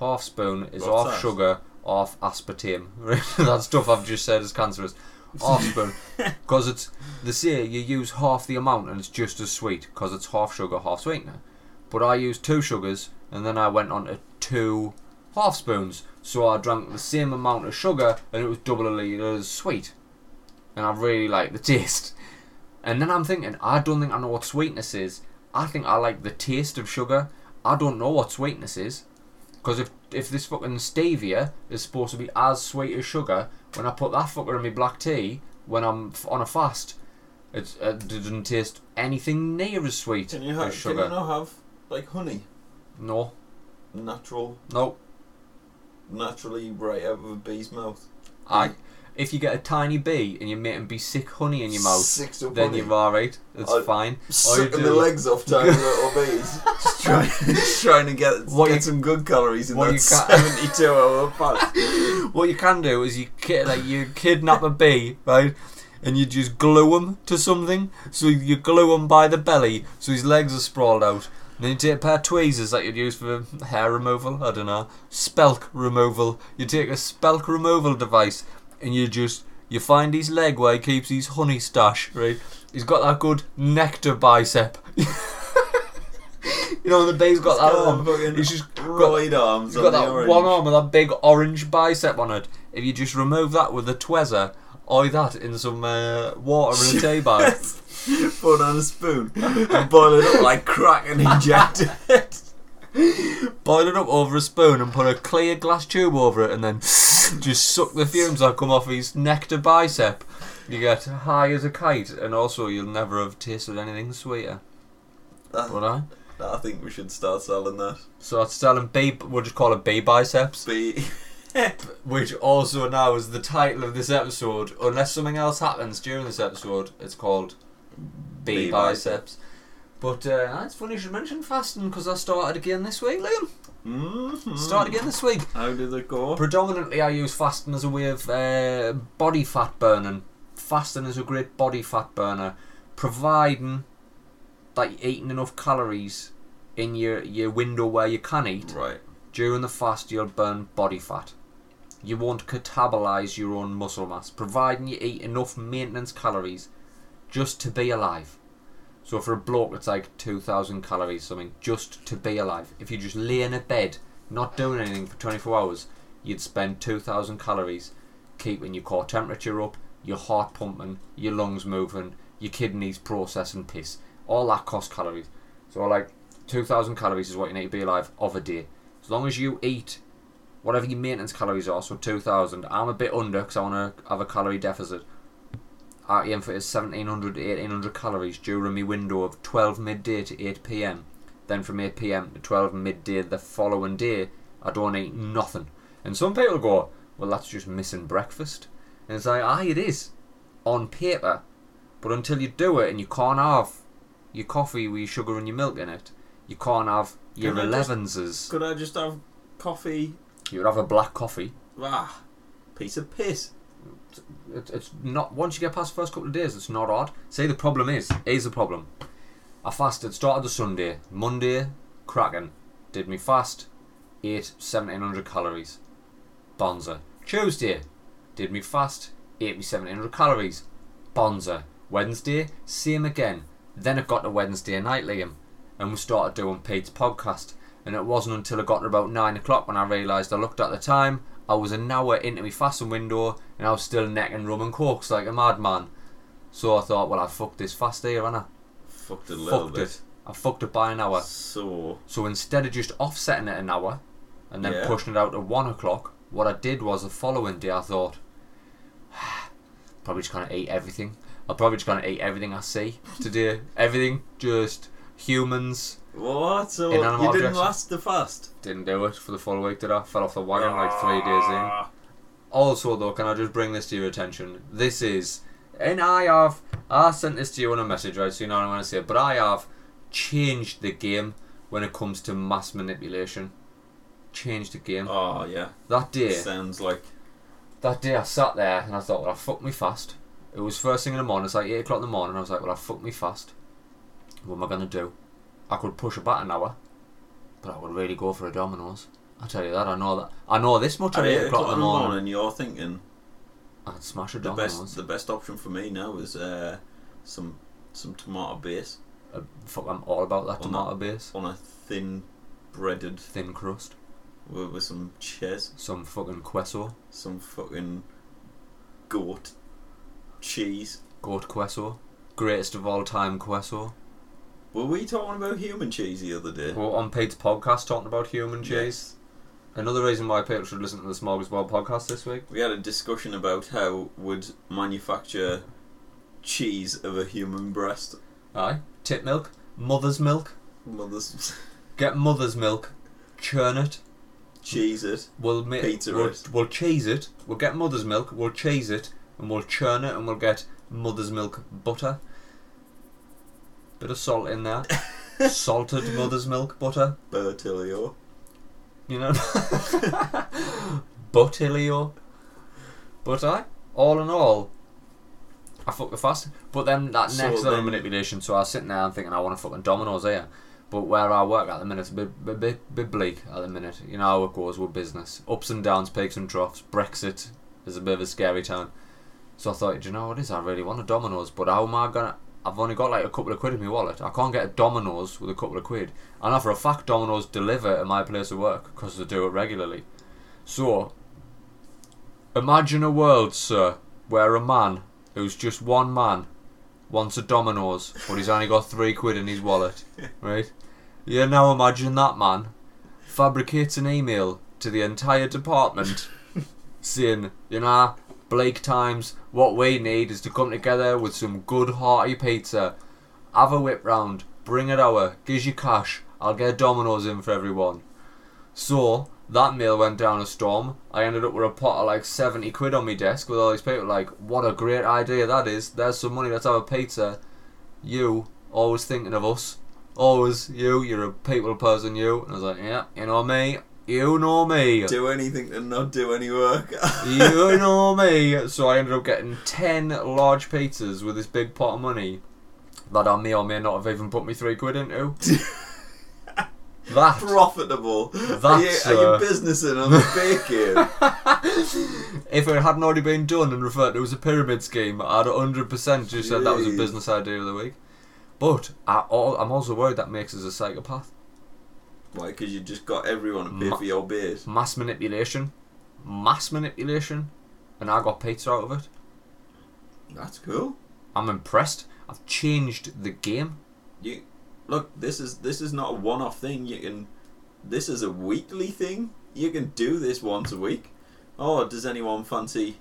[SPEAKER 1] Half spoon is
[SPEAKER 2] What's
[SPEAKER 1] half
[SPEAKER 2] that?
[SPEAKER 1] sugar, half aspartame. that stuff I've just said is cancerous. Half spoon. Because it's, they say you use half the amount and it's just as sweet, because it's half sugar, half sweetener. But I used two sugars, and then I went on to two half spoons. So I drank the same amount of sugar, and it was doubly as sweet. And I really like the taste. And then I'm thinking, I don't think I know what sweetness is. I think I like the taste of sugar. I don't know what sweetness is. Because if, if this fucking stevia is supposed to be as sweet as sugar, when I put that fucker in my black tea, when I'm f- on a fast, it's, it didn't taste anything near as sweet
[SPEAKER 2] Can you
[SPEAKER 1] as
[SPEAKER 2] have? Can
[SPEAKER 1] sugar.
[SPEAKER 2] you not have like honey,
[SPEAKER 1] No,
[SPEAKER 2] natural,
[SPEAKER 1] no.
[SPEAKER 2] naturally right out of a bee's mouth?
[SPEAKER 1] I, if you get a tiny bee and you're making bee sick honey in your mouth,
[SPEAKER 2] Six up
[SPEAKER 1] then
[SPEAKER 2] honey.
[SPEAKER 1] you're alright. That's
[SPEAKER 2] I-
[SPEAKER 1] fine. All you
[SPEAKER 2] sucking the
[SPEAKER 1] do-
[SPEAKER 2] legs off tiny little bees, just trying, just trying to get
[SPEAKER 1] What
[SPEAKER 2] get
[SPEAKER 1] you-
[SPEAKER 2] some good calories in
[SPEAKER 1] what
[SPEAKER 2] that
[SPEAKER 1] you can't-
[SPEAKER 2] seventy-two hour fast.
[SPEAKER 1] What you can do is you ki- like you kidnap a bee, right? And you just glue him to something. So you glue him by the belly, so his legs are sprawled out. And then you take a pair of tweezers that you'd use for hair removal. I don't know, spelk removal. You take a spelk removal device, and you just you find his leg where he keeps his honey stash. Right, he's got that good nectar bicep. you know the bee's got that
[SPEAKER 2] Got
[SPEAKER 1] arm.
[SPEAKER 2] them fucking
[SPEAKER 1] He's just got
[SPEAKER 2] Roid arms
[SPEAKER 1] You've got
[SPEAKER 2] on the
[SPEAKER 1] that
[SPEAKER 2] orange.
[SPEAKER 1] one arm with that big orange bicep on it. If you just remove that with a tweezer, or that in some uh, water in a tea bag,
[SPEAKER 2] Put on a spoon and boil it up like crack and inject it.
[SPEAKER 1] boil it up over a spoon and put a clear glass tube over it, and then just suck the fumes that come off his nectar bicep. You get high as a kite, and also you'll never have tasted anything sweeter.
[SPEAKER 2] That-
[SPEAKER 1] Would I?
[SPEAKER 2] I think we should start selling that.
[SPEAKER 1] So I'd sell him B. We'll just call it B biceps,
[SPEAKER 2] Be
[SPEAKER 1] which also now is the title of this episode. Unless something else happens during this episode, it's called B
[SPEAKER 2] Bee
[SPEAKER 1] biceps. But uh, it's funny you should mention fasting because I started again this week, Liam.
[SPEAKER 2] Mhm.
[SPEAKER 1] Started again this week.
[SPEAKER 2] How did it go?
[SPEAKER 1] Predominantly, I use fasting as a way of uh, body fat burning. Fasting is a great body fat burner, providing that you're eating enough calories in your, your window where you can eat.
[SPEAKER 2] Right.
[SPEAKER 1] During the fast, you'll burn body fat. You won't catabolize your own muscle mass, providing you eat enough maintenance calories just to be alive. So for a bloke, it's like 2,000 calories, something, just to be alive. If you just lay in a bed, not doing anything for 24 hours, you'd spend 2,000 calories keeping your core temperature up, your heart pumping, your lungs moving, your kidneys processing piss. All that costs calories. So like 2,000 calories is what you need to be alive of a day. As long as you eat whatever your maintenance calories are, so 2,000. I'm a bit under because I want to have a calorie deficit. I aim for 1,700 to 1,800 calories during my window of 12 midday to 8 pm. Then from 8 pm to 12 midday the following day, I don't eat nothing. And some people go, well, that's just missing breakfast. And it's like, aye, it is on paper. But until you do it and you can't have your coffee with your sugar and your milk in it, you can't have your
[SPEAKER 2] Can I just-
[SPEAKER 1] 11s.
[SPEAKER 2] Could I just have coffee?
[SPEAKER 1] You would have a black coffee.
[SPEAKER 2] Ah, piece of piss.
[SPEAKER 1] It, it's not once you get past the first couple of days, it's not odd. See, the problem is, is the problem. I fasted, started the Sunday, Monday, cracking, did me fast, ate 1700 calories, bonza. Tuesday, did me fast, ate me 1700 calories, bonza. Wednesday, same again. Then it got to Wednesday night, Liam, and we started doing Pete's podcast. And it wasn't until it got to about nine o'clock when I realised I looked at the time, I was an hour into my fasting window, and I was still necking rum and cokes like a madman. So I thought, well, I fucked this fast here, and I
[SPEAKER 2] Fucked it a little
[SPEAKER 1] fucked
[SPEAKER 2] bit.
[SPEAKER 1] it. I fucked it by an hour.
[SPEAKER 2] So
[SPEAKER 1] So instead of just offsetting it an hour and then
[SPEAKER 2] Yeah.
[SPEAKER 1] pushing it out to one o'clock, what I did was the following day I thought, probably just gonna eat everything. I'm probably just gonna eat everything I see today. everything, just humans.
[SPEAKER 2] what? So
[SPEAKER 1] In
[SPEAKER 2] you
[SPEAKER 1] animal
[SPEAKER 2] didn't
[SPEAKER 1] objects.
[SPEAKER 2] last the fast.
[SPEAKER 1] Didn't do it for the full week, did I? Fell off the wagon like three days in. Also, though, can I just bring this to your attention? This is, and I have, I sent this to you on a message, right? So you know what I'm going to say, but I have changed the game when it comes to mass manipulation. Changed the game.
[SPEAKER 2] Oh yeah.
[SPEAKER 1] That day,
[SPEAKER 2] Sounds like
[SPEAKER 1] that day I sat there and I thought, well, I fucked me fast. It was first thing in the morning. It's like eight o'clock in the morning. I was like, well, I fucked me fast. What am I gonna do? I could push about an hour, but I would really go for a Domino's. I tell you that. I know that. I know this much
[SPEAKER 2] At
[SPEAKER 1] at
[SPEAKER 2] eight
[SPEAKER 1] eight o'clock in the morning.
[SPEAKER 2] you're thinking
[SPEAKER 1] I'd smash a
[SPEAKER 2] the
[SPEAKER 1] Domino's.
[SPEAKER 2] best. The best option for me now is uh, some some tomato base
[SPEAKER 1] Uh, fuck, I'm all about that
[SPEAKER 2] On
[SPEAKER 1] tomato base,
[SPEAKER 2] on a thin breaded
[SPEAKER 1] thin crust,
[SPEAKER 2] with, with some cheese,
[SPEAKER 1] some fucking queso,
[SPEAKER 2] some fucking goat cheese.
[SPEAKER 1] goat queso, greatest of all time queso.
[SPEAKER 2] Were we talking about human cheese the other day?
[SPEAKER 1] we on Pete's podcast talking about human cheese.
[SPEAKER 2] Yes.
[SPEAKER 1] Another reason why people should listen to the Smorgasbord podcast this week.
[SPEAKER 2] We had a discussion about how would manufacture cheese of a human breast.
[SPEAKER 1] Aye, tip milk, mother's milk.
[SPEAKER 2] Mothers
[SPEAKER 1] Get mother's milk, churn it.
[SPEAKER 2] cheese it.
[SPEAKER 1] We'll make
[SPEAKER 2] Pizza
[SPEAKER 1] we'll,
[SPEAKER 2] it.
[SPEAKER 1] we'll cheese it. We'll get mother's milk. We'll cheese it, and we'll churn it, and we'll get mother's milk butter. Bit of salt in there. Salted mother's milk butter.
[SPEAKER 2] Bertilio.
[SPEAKER 1] you know. Botilio. But I, all in all, I fucked the fast. But then that
[SPEAKER 2] So
[SPEAKER 1] next little
[SPEAKER 2] then-
[SPEAKER 1] manipulation, so I was sitting there and thinking, I want to fucking Domino's here. But where I work at the minute, it's a bit, bit, bit, bit bleak at the minute. You know how it goes with business. Ups and downs, peaks and troughs. Brexit is a bit of a scary time. So I thought, do you know what it is? I really want a Domino's, but how am I going to. I've only got like a couple of quid in my wallet. I can't get a Domino's with a couple of quid. And know for a fact, Domino's deliver at my place of work because they do it regularly. So, imagine a world, sir, where a man who's just one man wants a Domino's, but he's only got three quid in his wallet, right? Yeah, now imagine that man fabricates an email to the entire department saying, you know, bleak times, what we need is to come together with some good hearty pizza, have a whip round, bring it over, gives you cash, I'll get Domino's in for everyone. So that meal went down a storm. I ended up with a pot of like 70 quid on my desk with all these people like, what a great idea that is. There's some money, let's have a pizza. You, always thinking of us. Always, you, you're a people person, you. And I was like, yeah, you know me, you know me
[SPEAKER 2] Do anything and not do any work.
[SPEAKER 1] you know me. So I ended up getting 10 large pizzas with this big pot of money that I may or may not have even put me three quid into. that
[SPEAKER 2] Profitable. are, you,
[SPEAKER 1] That's,
[SPEAKER 2] are
[SPEAKER 1] uh,
[SPEAKER 2] you businessing on the baking?
[SPEAKER 1] if it hadn't already been done and referred to as a pyramid scheme, I'd 100% just said that was a
[SPEAKER 2] Jeez.
[SPEAKER 1] business idea of the week. But I, al- I'm also worried that makes us a psychopath.
[SPEAKER 2] Why? Because you just got everyone to pay for your beers.
[SPEAKER 1] Mass manipulation. Mass manipulation. And I got pizza out of it.
[SPEAKER 2] That's cool.
[SPEAKER 1] I'm impressed. I've changed the game.
[SPEAKER 2] You look. This is this is not a one-off thing. You can. This is a weekly thing. You can do this once a week. Oh, does anyone fancy?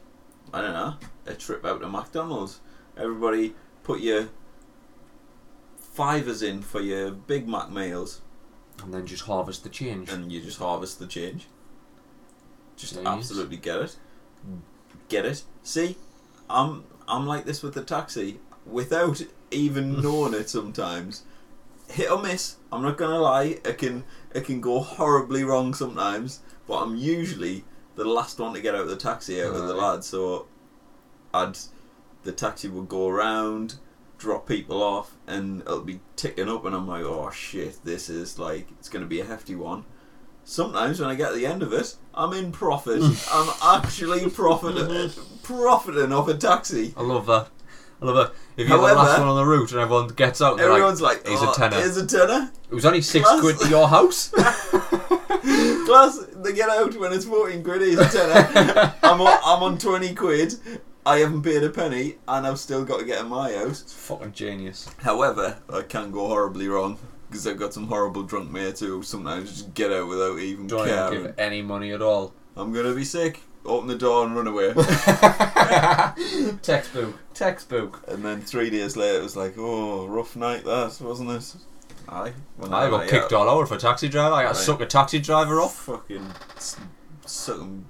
[SPEAKER 2] I don't know. A trip out to McDonald's. Everybody, put your fivers in for your Big Mac meals,
[SPEAKER 1] And then just harvest the change.
[SPEAKER 2] and you just harvest the change. Just
[SPEAKER 1] Jeez.
[SPEAKER 2] absolutely get it. Get it. See, I'm I'm like this with the taxi without even knowing it sometimes. Hit or miss. I'm not gonna lie. It can it can go horribly wrong sometimes, but I'm usually the last one to get out of the taxi out of the
[SPEAKER 1] Aye.
[SPEAKER 2] lads. So I'd the taxi would go around, drop people off, and it'll be ticking up, and I'm like, oh shit, this is like it's gonna be a hefty one. Sometimes when I get to the end of it, I'm in profit. I'm actually profiting, profiting off a taxi.
[SPEAKER 1] I love that. I love that. If you're the last
[SPEAKER 2] However-
[SPEAKER 1] one on the route and everyone gets out, they're
[SPEAKER 2] Everyone's
[SPEAKER 1] like,
[SPEAKER 2] like,
[SPEAKER 1] he's a
[SPEAKER 2] "Oh,
[SPEAKER 1] tenner."
[SPEAKER 2] He's a tenner.
[SPEAKER 1] it was only six
[SPEAKER 2] Class.
[SPEAKER 1] quid to your house.
[SPEAKER 2] Plus, they get out when it's 14 quid, he's a tenner. I'm, on, I'm on 20 quid, I haven't paid a penny, and I've still got to get in my house.
[SPEAKER 1] it's fucking genius.
[SPEAKER 2] However, I can go horribly wrong, because I've got some horrible drunk mates who sometimes just get out without even
[SPEAKER 1] Don't even
[SPEAKER 2] caring.
[SPEAKER 1] give any money at all.
[SPEAKER 2] I'm going to be sick. Open the door and run away.
[SPEAKER 1] Textbook. Textbook.
[SPEAKER 2] and then three days later, it was like, oh, rough night that, wasn't it? Aye. Well,
[SPEAKER 1] I got kicked all over for taxi driver. I got
[SPEAKER 2] Right.
[SPEAKER 1] to suck a taxi driver off.
[SPEAKER 2] Fucking s- certain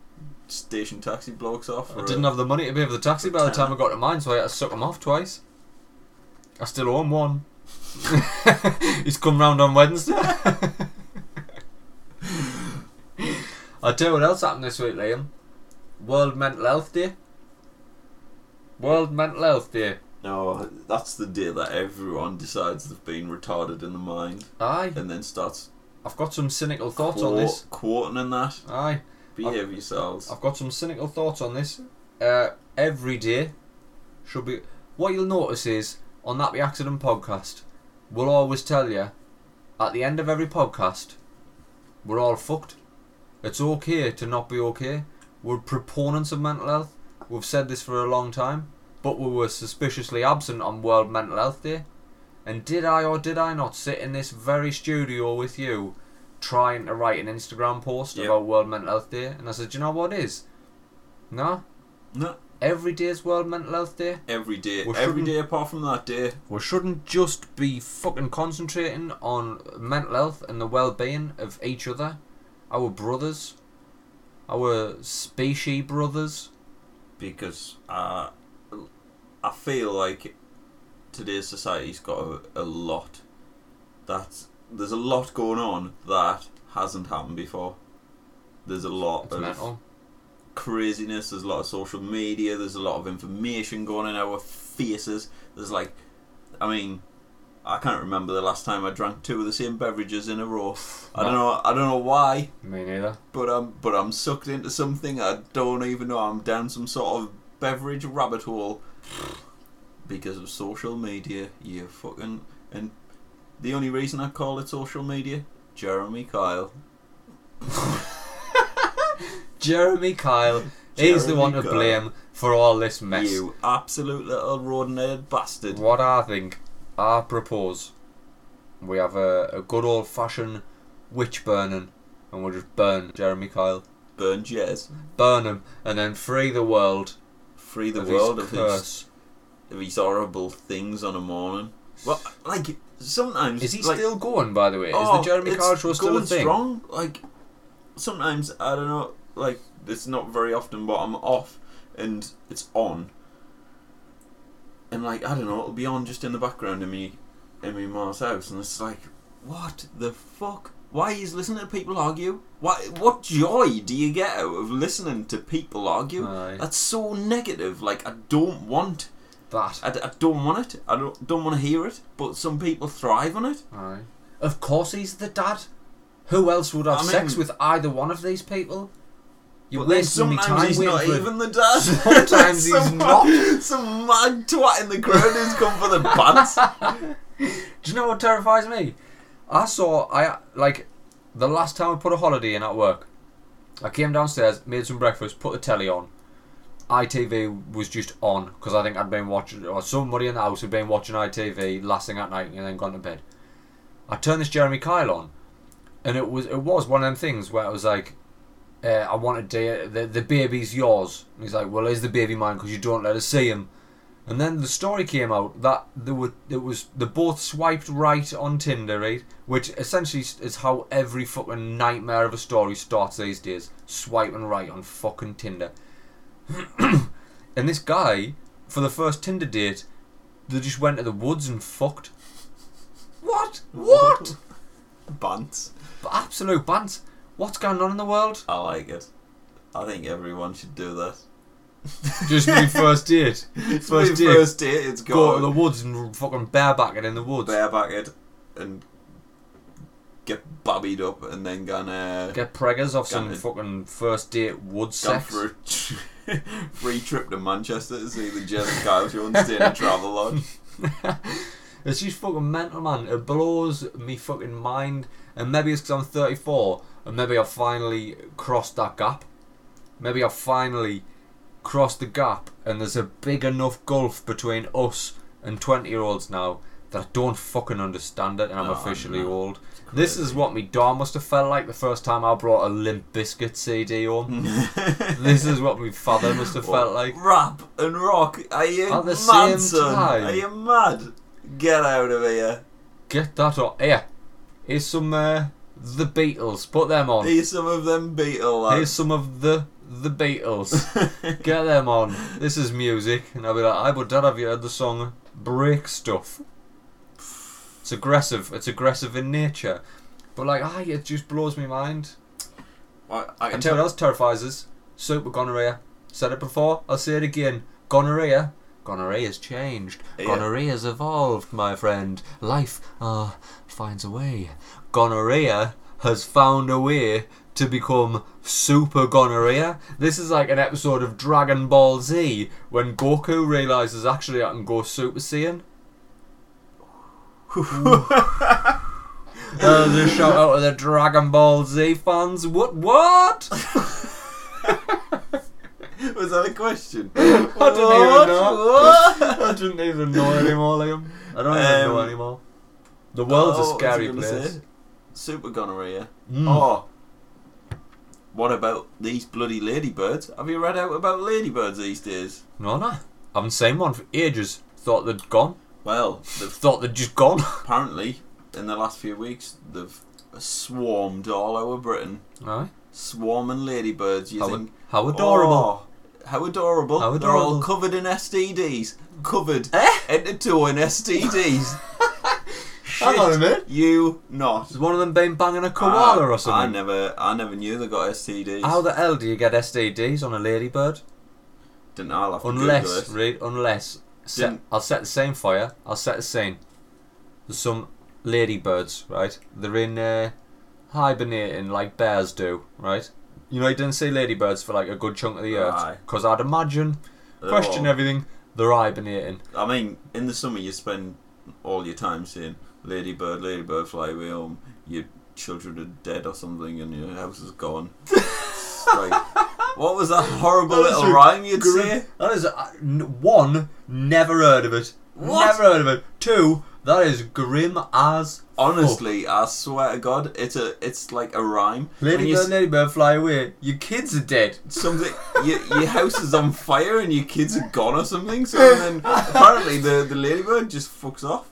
[SPEAKER 2] station taxi blokes off.
[SPEAKER 1] I
[SPEAKER 2] or-
[SPEAKER 1] didn't have the money to pay for the taxi by the time I got to mine, so I had to suck him off twice. I still own one. He's come round on Wednesday. I tell you what else happened this week, Liam. World Mental Health Day. World Mental Health Day.
[SPEAKER 2] No, that's the day that everyone decides they've been retarded in the mind
[SPEAKER 1] Aye,
[SPEAKER 2] and then starts
[SPEAKER 1] I've got some cynical thoughts on
[SPEAKER 2] quar-
[SPEAKER 1] this.
[SPEAKER 2] quoting and that.
[SPEAKER 1] Aye,
[SPEAKER 2] Behave yourselves.
[SPEAKER 1] I've got some cynical thoughts on this. Uh, every day should be. What you'll notice is on that the accident podcast, we'll always tell you at the end of every podcast, we're all fucked. It's okay to not be okay. We're proponents of mental health. We've said this for a long time, but we were suspiciously absent on World Mental Health Day. And did I or did I not sit in this very studio with you trying to write an Instagram post
[SPEAKER 2] Yep.
[SPEAKER 1] about World Mental Health Day? And I said, "Do you know what it is? No,
[SPEAKER 2] No,
[SPEAKER 1] every day is World Mental Health Day.
[SPEAKER 2] every day,
[SPEAKER 1] We
[SPEAKER 2] every
[SPEAKER 1] shouldn't-
[SPEAKER 2] day apart from that day.
[SPEAKER 1] We shouldn't just be fucking concentrating on mental health and the well being of each other, our brothers, our species brothers.
[SPEAKER 2] because uh, I feel like today's society's got a, a lot that's there's a lot going on that hasn't happened before. There's a lot
[SPEAKER 1] It's
[SPEAKER 2] of
[SPEAKER 1] mental.
[SPEAKER 2] craziness. There's a lot of social media. There's a lot of information going in our faces. There's like, I mean, I can't remember the last time I drank two of the same beverages in a row. I don't know. I don't know why
[SPEAKER 1] Me neither.
[SPEAKER 2] but I'm but I'm sucked into something I don't even know. I'm down some sort of beverage rabbit hole because of social media. You fucking and the only reason I call it social media, Jeremy Kyle.
[SPEAKER 1] Jeremy Kyle is the
[SPEAKER 2] Jeremy
[SPEAKER 1] one to
[SPEAKER 2] Kyle.
[SPEAKER 1] blame for all this mess.
[SPEAKER 2] You absolute little road nerd bastard.
[SPEAKER 1] What I think, I propose we have a, a good old fashioned witch burning and we'll just burn Jeremy Kyle.
[SPEAKER 2] Burn Jez.
[SPEAKER 1] Burn him and then free the world
[SPEAKER 2] Free the
[SPEAKER 1] of
[SPEAKER 2] world
[SPEAKER 1] his
[SPEAKER 2] of
[SPEAKER 1] curse.
[SPEAKER 2] his, of his horrible things on a morning. Well, like sometimes
[SPEAKER 1] Is he
[SPEAKER 2] like,
[SPEAKER 1] still going, by the way?
[SPEAKER 2] Oh,
[SPEAKER 1] is the Jeremy
[SPEAKER 2] it's
[SPEAKER 1] Kyle show still a
[SPEAKER 2] going
[SPEAKER 1] thing?
[SPEAKER 2] strong? Like sometimes I don't know. Like it's not very often, but I'm off and it's on. And like I don't know, it'll be on just in the background in me, in me mom's house, and it's like, what the fuck? Why is listening to people argue? Why? What joy do you get out of listening to people argue?
[SPEAKER 1] Aye.
[SPEAKER 2] That's so negative. Like I don't want.
[SPEAKER 1] That.
[SPEAKER 2] I, d- I don't want it. I don't don't want to hear it. But some people thrive on it.
[SPEAKER 1] Aye. Of course he's the dad. Who else would have
[SPEAKER 2] I mean-
[SPEAKER 1] sex with either one of these people? You're
[SPEAKER 2] But then
[SPEAKER 1] wasting me
[SPEAKER 2] sometimes
[SPEAKER 1] time
[SPEAKER 2] he's
[SPEAKER 1] waiting
[SPEAKER 2] not
[SPEAKER 1] for-
[SPEAKER 2] even the dad.
[SPEAKER 1] Sometimes he's
[SPEAKER 2] Some-
[SPEAKER 1] not.
[SPEAKER 2] Some mad twat in the crowd who's come for the pants.
[SPEAKER 1] Do you know what terrifies me? I saw I like the last time I put a holiday in at work. I came downstairs, made some breakfast, put the telly on. ITV was just on because I think I'd been watching, or somebody in the house had been watching ITV last thing at night and then gone to bed. I turned this Jeremy Kyle on, and it was it was one of them things where it was like, uh, I wanted to, the the baby's yours. And he's like, well, is the baby mine? Because you don't let us see him. And then the story came out that there were it was they both swiped right on Tinder, right? Which essentially is how every fucking nightmare of a story starts these days. Swiping right on fucking Tinder. and this guy, for the first Tinder date, they just went to the woods and fucked. What? What?
[SPEAKER 2] Pants.
[SPEAKER 1] Absolute bants. What's going on in the world?
[SPEAKER 2] I like it. I think everyone should do that.
[SPEAKER 1] Just my first date.
[SPEAKER 2] It's
[SPEAKER 1] First
[SPEAKER 2] my
[SPEAKER 1] date.
[SPEAKER 2] First date. It's
[SPEAKER 1] Go to
[SPEAKER 2] go,
[SPEAKER 1] the woods and fucking bareback it in the woods.
[SPEAKER 2] bareback it and get babbied up and then gonna
[SPEAKER 1] Get preggers off some
[SPEAKER 2] Gutted.
[SPEAKER 1] fucking first date wood
[SPEAKER 2] go
[SPEAKER 1] sex.
[SPEAKER 2] for a t- free trip to Manchester to see the Jeremy Kyle show and stay in a travel lodge.
[SPEAKER 1] It's just fucking mental, man. It blows me fucking mind. And maybe it's because I'm 34, and maybe I've finally crossed that gap. Maybe I've finally crossed the gap, and there's a big enough gulf between us and 20 year olds now that I don't fucking understand it, and I'm
[SPEAKER 2] Oh,
[SPEAKER 1] officially
[SPEAKER 2] no.
[SPEAKER 1] old. This is what me dad must have felt like the first time I brought a Limp Biscuit CD home. this is what my father must have felt like.
[SPEAKER 2] Rap and rock. Are you
[SPEAKER 1] At the
[SPEAKER 2] mad,
[SPEAKER 1] same
[SPEAKER 2] son?
[SPEAKER 1] time.
[SPEAKER 2] Are you mad? Get out of here.
[SPEAKER 1] Get that on. Here, here's some uh, the Beatles. Put them on.
[SPEAKER 2] Here's some of them Beatle
[SPEAKER 1] Here's
[SPEAKER 2] lads.
[SPEAKER 1] some of the the Beatles. Get them on. This is music, and I'll be like, "I but Dad, have you heard the song Break Stuff?" It's aggressive. It's aggressive in nature, but like, ah, it just blows me mind.
[SPEAKER 2] I, I can
[SPEAKER 1] And tell
[SPEAKER 2] tell
[SPEAKER 1] what else terrifies us: super gonorrhea. Said it before. I'll say it again. Gonorrhea Gonorrhea's changed.
[SPEAKER 2] Yeah.
[SPEAKER 1] Gonorrhea's evolved, my friend. Life uh, finds a way. Gonorrhea has found a way to become super gonorrhea. This is like an episode of Dragon Ball Z when Goku realizes actually I can go Super Saiyan. That was a shout out to the Dragon Ball Z fans. What? What?
[SPEAKER 2] Was that a question?
[SPEAKER 1] I didn't even know. I didn't even know anymore, Liam. I don't even know
[SPEAKER 2] Um,
[SPEAKER 1] anymore. The world's
[SPEAKER 2] Oh,
[SPEAKER 1] a
[SPEAKER 2] what was I
[SPEAKER 1] scary
[SPEAKER 2] gonna
[SPEAKER 1] place.
[SPEAKER 2] say? Super gonorrhea.
[SPEAKER 1] Mm.
[SPEAKER 2] Oh. What about these bloody ladybirds? Have you read out about ladybirds these days?
[SPEAKER 1] No, no. Haven't seen one for ages. Thought they'd gone.
[SPEAKER 2] Well, they've
[SPEAKER 1] Thought they'd just gone.
[SPEAKER 2] apparently in the last few weeks they've swarmed all over Britain.
[SPEAKER 1] Aye.
[SPEAKER 2] Swarming ladybirds. You
[SPEAKER 1] How,
[SPEAKER 2] think?
[SPEAKER 1] how adorable.
[SPEAKER 2] "Oh, how adorable!
[SPEAKER 1] How
[SPEAKER 2] They're all
[SPEAKER 1] adorable." Eh?
[SPEAKER 2] covered in STDs. Covered. Head to toe in STDs.
[SPEAKER 1] Hang on a
[SPEAKER 2] Shit,
[SPEAKER 1] minute.
[SPEAKER 2] You not.
[SPEAKER 1] Is one of them been banging a koala
[SPEAKER 2] I,
[SPEAKER 1] or
[SPEAKER 2] Ah, I
[SPEAKER 1] something?
[SPEAKER 2] never, I never knew they got STDs.
[SPEAKER 1] How the hell do you get STDs on a ladybird?
[SPEAKER 2] Didn't I? I'll have to Google
[SPEAKER 1] Unless,
[SPEAKER 2] it.
[SPEAKER 1] read, unless. Set,
[SPEAKER 2] Didn't-
[SPEAKER 1] I'll set the same fire. I'll set the scene. There's some ladybirds, right? They're in uh, hibernating like bears do, right? You know, you didn't see ladybirds for like a good chunk of the earth.
[SPEAKER 2] Aye.
[SPEAKER 1] Because I'd imagine,
[SPEAKER 2] They're
[SPEAKER 1] question
[SPEAKER 2] all-
[SPEAKER 1] everything, they're hibernating.
[SPEAKER 2] I mean, in the summer you spend all your time saying "Ladybird, Ladybird, fly away home." Your children are dead or something, and your house is gone. It's like, what was that horrible
[SPEAKER 1] That was
[SPEAKER 2] little rhyme you'd
[SPEAKER 1] Grim-
[SPEAKER 2] say?
[SPEAKER 1] That is uh, n- one. Never heard of it.
[SPEAKER 2] What?
[SPEAKER 1] Never heard of it. Two. That is grim as
[SPEAKER 2] Honestly, I swear to God, it's a, it's like a rhyme. When you
[SPEAKER 1] ladybird,
[SPEAKER 2] s-
[SPEAKER 1] ladybird, fly away. Your kids are dead.
[SPEAKER 2] something your, your house is on fire and your kids are gone or something. So then apparently the the ladybird just fucks off.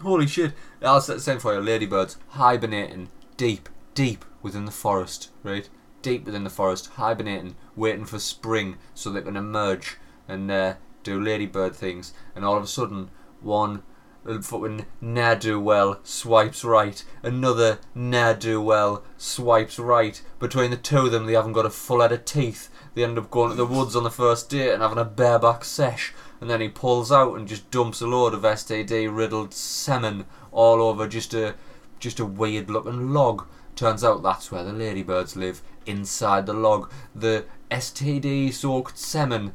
[SPEAKER 1] Holy shit. I'll set the same for you. Ladybirds hibernating deep, deep within the forest, right? Deep within the forest, hibernating, waiting for spring so they can emerge and uh, do ladybird things. And all of a sudden, one uh, little fucking ne'er do well swipes right, another ne'er do well swipes right. Between the two of them, they haven't got a full head of teeth. They end up going to the woods on the first date and having a bareback sesh and then he pulls out and just dumps a load of STD riddled semen all over just a just a weird looking log. Turns out that's where the ladybirds live inside the log. The STD soaked semen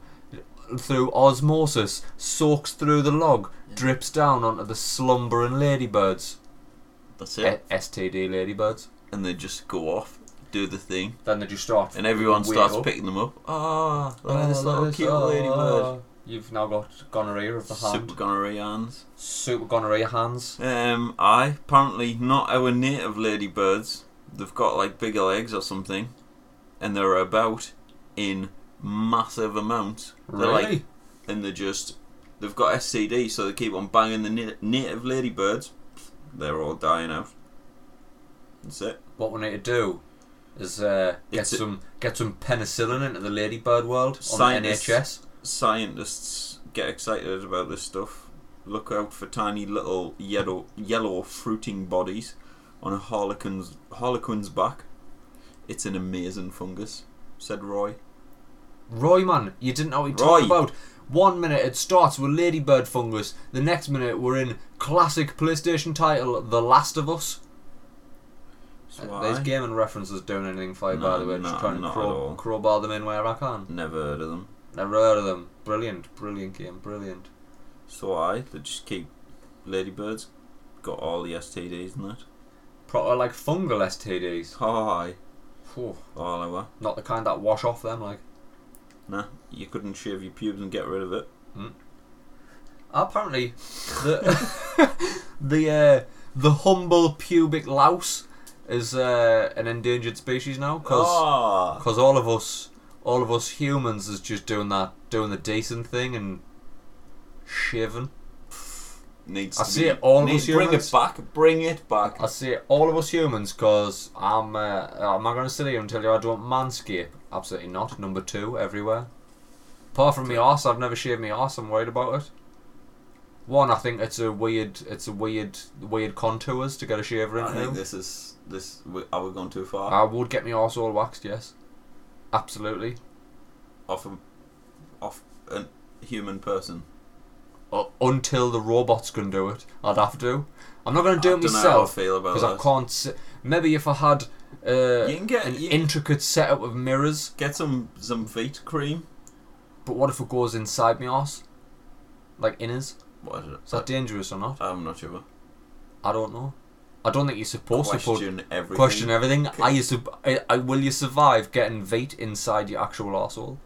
[SPEAKER 1] through osmosis soaks through the log, drips down onto the slumbering ladybirds.
[SPEAKER 2] That's
[SPEAKER 1] Eh,
[SPEAKER 2] it.
[SPEAKER 1] STD ladybirds.
[SPEAKER 2] And they just go off, do the thing,
[SPEAKER 1] Then they just start.
[SPEAKER 2] and everyone
[SPEAKER 1] Weird
[SPEAKER 2] starts
[SPEAKER 1] up.
[SPEAKER 2] picking them up. Ah, look at this
[SPEAKER 1] Oh,
[SPEAKER 2] little
[SPEAKER 1] look at
[SPEAKER 2] cute
[SPEAKER 1] this.
[SPEAKER 2] ladybird.
[SPEAKER 1] Oh, You've now got gonorrhea of the hand.
[SPEAKER 2] Super gonorrhea hands.
[SPEAKER 1] Super gonorrhea hands.
[SPEAKER 2] Um, I apparently not our native ladybirds. They've got like bigger legs or something, and they're about in massive amounts. They're like
[SPEAKER 1] Really?
[SPEAKER 2] and they just they've got STD, so they keep on banging the na- native ladybirds. They're all dying out. That's it.
[SPEAKER 1] what we need to do is uh, get
[SPEAKER 2] It's a-
[SPEAKER 1] some get some penicillin into the ladybird world on the
[SPEAKER 2] Scientists-
[SPEAKER 1] NHS.
[SPEAKER 2] Scientists get excited about this stuff. Look out for tiny little yellow yellow fruiting bodies on a harlequin's harlequin's back. It's an amazing fungus," said Roy.
[SPEAKER 1] Roy, man, you didn't know what you talked
[SPEAKER 2] Roy.
[SPEAKER 1] about. One minute it starts with ladybird fungus. The next minute we're in classic PlayStation title The Last of Us.
[SPEAKER 2] So
[SPEAKER 1] Uh,
[SPEAKER 2] I
[SPEAKER 1] These gaming references doing anything for you, by
[SPEAKER 2] No,
[SPEAKER 1] the way. I'm just
[SPEAKER 2] no,
[SPEAKER 1] trying to
[SPEAKER 2] not at
[SPEAKER 1] craw-
[SPEAKER 2] all.
[SPEAKER 1] crowbar them in where I can.
[SPEAKER 2] never heard of them.
[SPEAKER 1] Never heard of them. Brilliant, brilliant game, brilliant.
[SPEAKER 2] So I they just keep ladybirds got all the STDs and that.
[SPEAKER 1] Proper like fungal STDs.
[SPEAKER 2] Hi,
[SPEAKER 1] Phew,
[SPEAKER 2] all over.
[SPEAKER 1] not the kind that wash off them. Like
[SPEAKER 2] Nah, you couldn't shave your pubes and get rid of it.
[SPEAKER 1] apparently the the uh, the humble pubic louse is uh, an endangered species now because
[SPEAKER 2] Ah,
[SPEAKER 1] all of us all of us humans is just doing that doing the decent thing and shaving.
[SPEAKER 2] needs
[SPEAKER 1] I
[SPEAKER 2] to
[SPEAKER 1] see
[SPEAKER 2] be,
[SPEAKER 1] it all of
[SPEAKER 2] needs-
[SPEAKER 1] us
[SPEAKER 2] Bring
[SPEAKER 1] humans.
[SPEAKER 2] it back. Bring it back.
[SPEAKER 1] I see it, all of us humans because I'm uh, I'm not going to sit here and tell you I don't manscape. Absolutely not. Number two everywhere. Apart from me arse, I've never shaved my arse. I'm worried about it. One, I think it's a weird, it's a weird, weird contours to get a shaver
[SPEAKER 2] I
[SPEAKER 1] into.
[SPEAKER 2] think this is this. we- Are we going too far?
[SPEAKER 1] I would get my arse all waxed. Yes, absolutely.
[SPEAKER 2] off a, off a human person.
[SPEAKER 1] u- until the robots can do it, I'd have to. I'm not going to do it
[SPEAKER 2] don't know how I
[SPEAKER 1] myself
[SPEAKER 2] feel about
[SPEAKER 1] because I
[SPEAKER 2] this.
[SPEAKER 1] can't. Se- Maybe if I had uh,
[SPEAKER 2] You can get
[SPEAKER 1] an
[SPEAKER 2] you
[SPEAKER 1] intricate setup of mirrors,
[SPEAKER 2] get some some feet cream.
[SPEAKER 1] but what if it goes inside my arse? Like inners?
[SPEAKER 2] What is
[SPEAKER 1] Is
[SPEAKER 2] it?
[SPEAKER 1] that dangerous or not?
[SPEAKER 2] I'm not sure.
[SPEAKER 1] I don't know. I don't think you're supposed to put
[SPEAKER 2] Question everything.
[SPEAKER 1] question everything.
[SPEAKER 2] Okay.
[SPEAKER 1] Are you sub- I, I, will you survive getting vate inside your actual arsehole?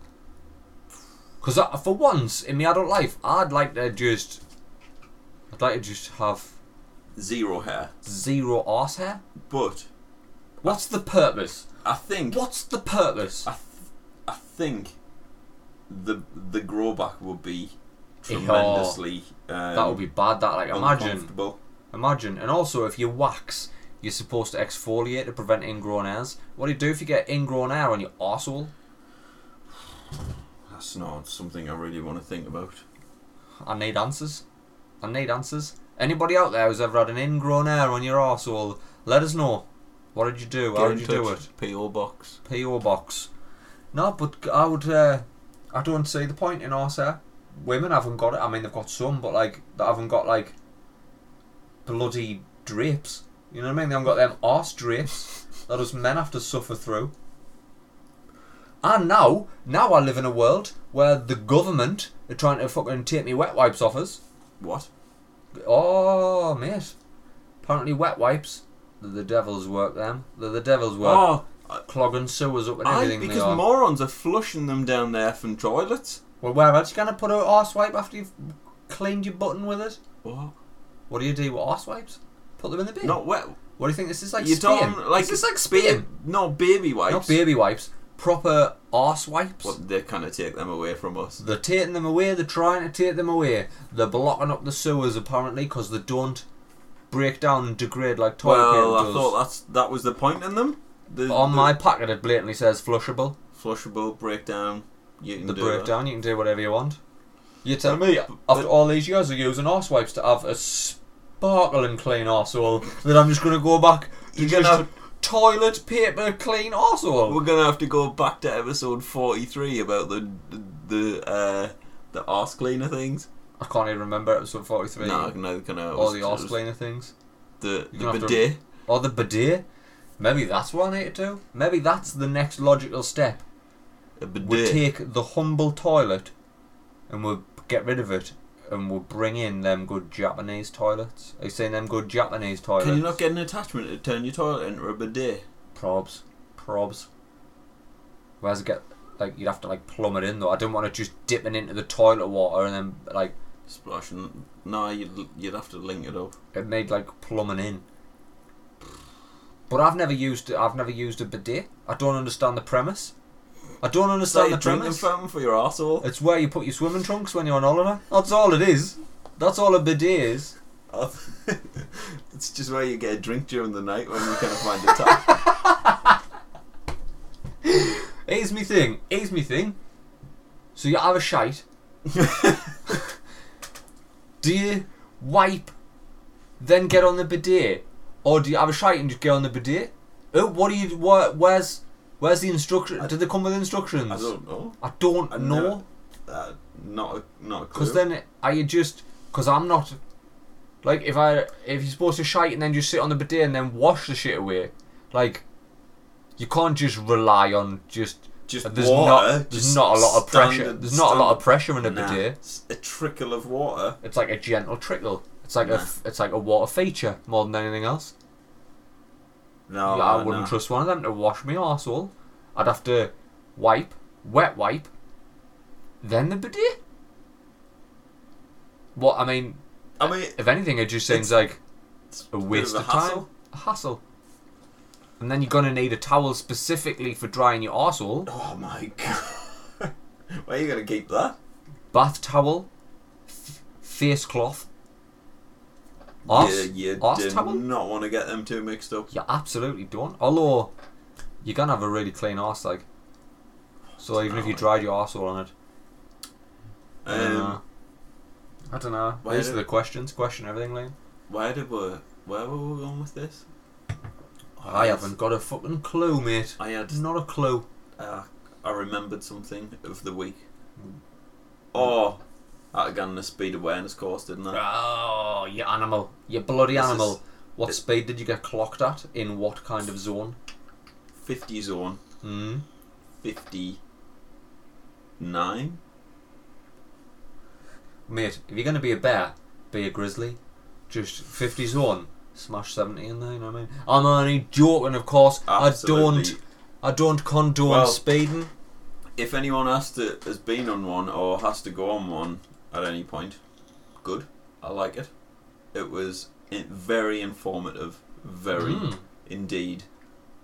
[SPEAKER 1] Because for once in my adult life, I'd like to just, I'd like to just have
[SPEAKER 2] Zero hair.
[SPEAKER 1] zero arse hair.
[SPEAKER 2] But
[SPEAKER 1] What's the purpose?
[SPEAKER 2] I think
[SPEAKER 1] What's the purpose?
[SPEAKER 2] I, th- I think the the growback would be
[SPEAKER 1] Yeah.
[SPEAKER 2] tremendously. Um,
[SPEAKER 1] oh, that would be bad. That like imagine.
[SPEAKER 2] uncomfortable.
[SPEAKER 1] Imagine. And also, if you wax, you're supposed to exfoliate to prevent ingrown hairs. What do you do if you get ingrown hair on your arsehole?
[SPEAKER 2] That's not something I really want to think about.
[SPEAKER 1] I need answers. I need answers. Anybody out there who's ever had an ingrown hair on your arsehole, let us know. What did you do? How
[SPEAKER 2] Get
[SPEAKER 1] did you
[SPEAKER 2] in
[SPEAKER 1] do it?
[SPEAKER 2] touch, PO box.
[SPEAKER 1] P.O. box. No, but I would. Uh, I don't see the point in arse hair. Women haven't got it. I mean, they've got some, but like they haven't got like bloody drapes. You know what I mean? They haven't got them arse drapes that us men have to suffer through. And now, now I live in a world where the government are trying to fucking take me wet wipes off us.
[SPEAKER 2] What?
[SPEAKER 1] Oh, mate. Apparently, wet wipes. They're the devil's work, them. They're the devil's work.
[SPEAKER 2] Oh,
[SPEAKER 1] Clogging sewers up and
[SPEAKER 2] aye,
[SPEAKER 1] everything. they are.
[SPEAKER 2] because morons are flushing them down there from toilets.
[SPEAKER 1] Well, where else you gonna put a arse wipe after you've cleaned your button with it?
[SPEAKER 2] What?
[SPEAKER 1] What do you do with arse wipes? Put them in the bin.
[SPEAKER 2] Not wet.
[SPEAKER 1] What do you think this is like?
[SPEAKER 2] you
[SPEAKER 1] spam?
[SPEAKER 2] don't like
[SPEAKER 1] Is this like
[SPEAKER 2] ba-
[SPEAKER 1] spam?
[SPEAKER 2] No baby wipes.
[SPEAKER 1] Not baby wipes. Proper arse wipes.
[SPEAKER 2] Well, they kind of take them away from us.
[SPEAKER 1] They're taking them away. They're trying to take them away. They're blocking up the sewers apparently because they don't break down and degrade like toilet
[SPEAKER 2] Well,
[SPEAKER 1] paper
[SPEAKER 2] I
[SPEAKER 1] does.
[SPEAKER 2] thought that's that was the point in them. The,
[SPEAKER 1] On
[SPEAKER 2] the
[SPEAKER 1] my packet, it blatantly says flushable.
[SPEAKER 2] flushable breakdown. You can
[SPEAKER 1] The
[SPEAKER 2] do that.
[SPEAKER 1] breakdown. You can do whatever you want. You tell me.
[SPEAKER 2] but-
[SPEAKER 1] After all these years of using arse wipes to have a sparkling clean arsehole, that I'm just going to go back to
[SPEAKER 2] You're
[SPEAKER 1] just
[SPEAKER 2] gonna-
[SPEAKER 1] toilet paper clean arsehole.
[SPEAKER 2] We're gonna have to go back to episode forty-three about the the uh, the arse cleaner things.
[SPEAKER 1] I can't even remember episode 43.
[SPEAKER 2] No, neither can I. It
[SPEAKER 1] all
[SPEAKER 2] was-
[SPEAKER 1] the
[SPEAKER 2] it
[SPEAKER 1] arse
[SPEAKER 2] was
[SPEAKER 1] cleaner things.
[SPEAKER 2] The,
[SPEAKER 1] You're
[SPEAKER 2] the
[SPEAKER 1] gonna have to-
[SPEAKER 2] bidet.
[SPEAKER 1] Or the bidet. Maybe that's what I need to do. Maybe that's the next logical step.
[SPEAKER 2] A
[SPEAKER 1] We
[SPEAKER 2] bidet.
[SPEAKER 1] take the humble toilet and we'll get rid of it and we'll bring in them good Japanese toilets. Are you saying them good Japanese toilets?
[SPEAKER 2] Can you not get an attachment to turn your toilet into a bidet?
[SPEAKER 1] Probs. Probs. Where's it get like you'd have to like plumb it in though. I didn't want to just dipping into the toilet water and then like
[SPEAKER 2] Splashing. No, you'd you'd have to link it up.
[SPEAKER 1] it made like plumbing in. But I've never used I've never used a bidet. I don't understand the premise. I don't
[SPEAKER 2] Is that
[SPEAKER 1] understand
[SPEAKER 2] your
[SPEAKER 1] the
[SPEAKER 2] drinking
[SPEAKER 1] premise.
[SPEAKER 2] fountain for your arsehole?
[SPEAKER 1] It's where you put your swimming trunks when you're on holiday. That's all it is. That's all a bidet is.
[SPEAKER 2] it's just where you get a drink during the night when you can't find a tap.
[SPEAKER 1] Here's me thing. Here's me thing. So you have a shite. do you wipe, then get on the bidet, or do you have a shite and just get on the bidet? Oh, what do you? Where, where's Where's the instruction? Did they come with instructions?
[SPEAKER 2] I don't know.
[SPEAKER 1] I don't
[SPEAKER 2] I
[SPEAKER 1] know.
[SPEAKER 2] Uh, not a, not a clue.
[SPEAKER 1] Because then are you just? Because I'm not. Like if I if you're supposed to shite and then just sit on the bidet and then wash the shit away, like you can't just rely on just
[SPEAKER 2] just
[SPEAKER 1] there's
[SPEAKER 2] water,
[SPEAKER 1] not there's
[SPEAKER 2] just
[SPEAKER 1] not a lot of pressure.
[SPEAKER 2] standard-
[SPEAKER 1] there's not a lot of
[SPEAKER 2] standard-
[SPEAKER 1] pressure in a
[SPEAKER 2] Nah,
[SPEAKER 1] bidet.
[SPEAKER 2] it's a trickle of water.
[SPEAKER 1] It's like a gentle trickle. It's like a
[SPEAKER 2] Nah.
[SPEAKER 1] f- it's like a water feature more than anything else.
[SPEAKER 2] No,
[SPEAKER 1] yeah, I
[SPEAKER 2] no,
[SPEAKER 1] wouldn't
[SPEAKER 2] no.
[SPEAKER 1] trust one of them to wash me arsehole. I'd have to wipe, wet wipe, then the bidet. What I mean,
[SPEAKER 2] I mean,
[SPEAKER 1] if anything, it just seems
[SPEAKER 2] It's-
[SPEAKER 1] like
[SPEAKER 2] it's
[SPEAKER 1] a
[SPEAKER 2] bit
[SPEAKER 1] waste
[SPEAKER 2] of
[SPEAKER 1] of,
[SPEAKER 2] a
[SPEAKER 1] time,
[SPEAKER 2] hassle.
[SPEAKER 1] a hassle. And then you're gonna need a towel specifically for drying your arsehole.
[SPEAKER 2] oh my god, where are you gonna keep that?
[SPEAKER 1] bath towel, f- face cloth, arse,
[SPEAKER 2] you you
[SPEAKER 1] arse
[SPEAKER 2] do
[SPEAKER 1] towel.
[SPEAKER 2] not want to get them two mixed up.
[SPEAKER 1] You absolutely don't. Although you're gonna have a really clean arse like. So even if you dried your arsehole on it, I don't know.
[SPEAKER 2] Um,
[SPEAKER 1] I don't know.
[SPEAKER 2] why
[SPEAKER 1] These are
[SPEAKER 2] do-
[SPEAKER 1] the questions. Question everything, Liam.
[SPEAKER 2] where did we? Where were we going with this? Oh,
[SPEAKER 1] I
[SPEAKER 2] yes.
[SPEAKER 1] haven't got a fucking clue, mate.
[SPEAKER 2] I had.
[SPEAKER 1] Not a clue. Hmm.
[SPEAKER 2] Uh, I remembered something of the week. Oh, That again, the speed awareness course, didn't I?
[SPEAKER 1] Oh, you animal. You bloody
[SPEAKER 2] Ah, This
[SPEAKER 1] animal.
[SPEAKER 2] is-
[SPEAKER 1] what
[SPEAKER 2] it-
[SPEAKER 1] speed did you get clocked at? In what kind of zone?
[SPEAKER 2] 50 zone,
[SPEAKER 1] Hmm.
[SPEAKER 2] 59.
[SPEAKER 1] Mate, if you're going to be a bear, be a grizzly. Just 50 zone. Smash 70 in there, you know what I mean? I'm only joking, of course. I
[SPEAKER 2] Absolutely.
[SPEAKER 1] don't. I don't condone
[SPEAKER 2] Well-
[SPEAKER 1] speeding.
[SPEAKER 2] If anyone has to has been on one or has to go on one at any point, good. I like it. It was i- very informative, very
[SPEAKER 1] Mm.
[SPEAKER 2] indeed.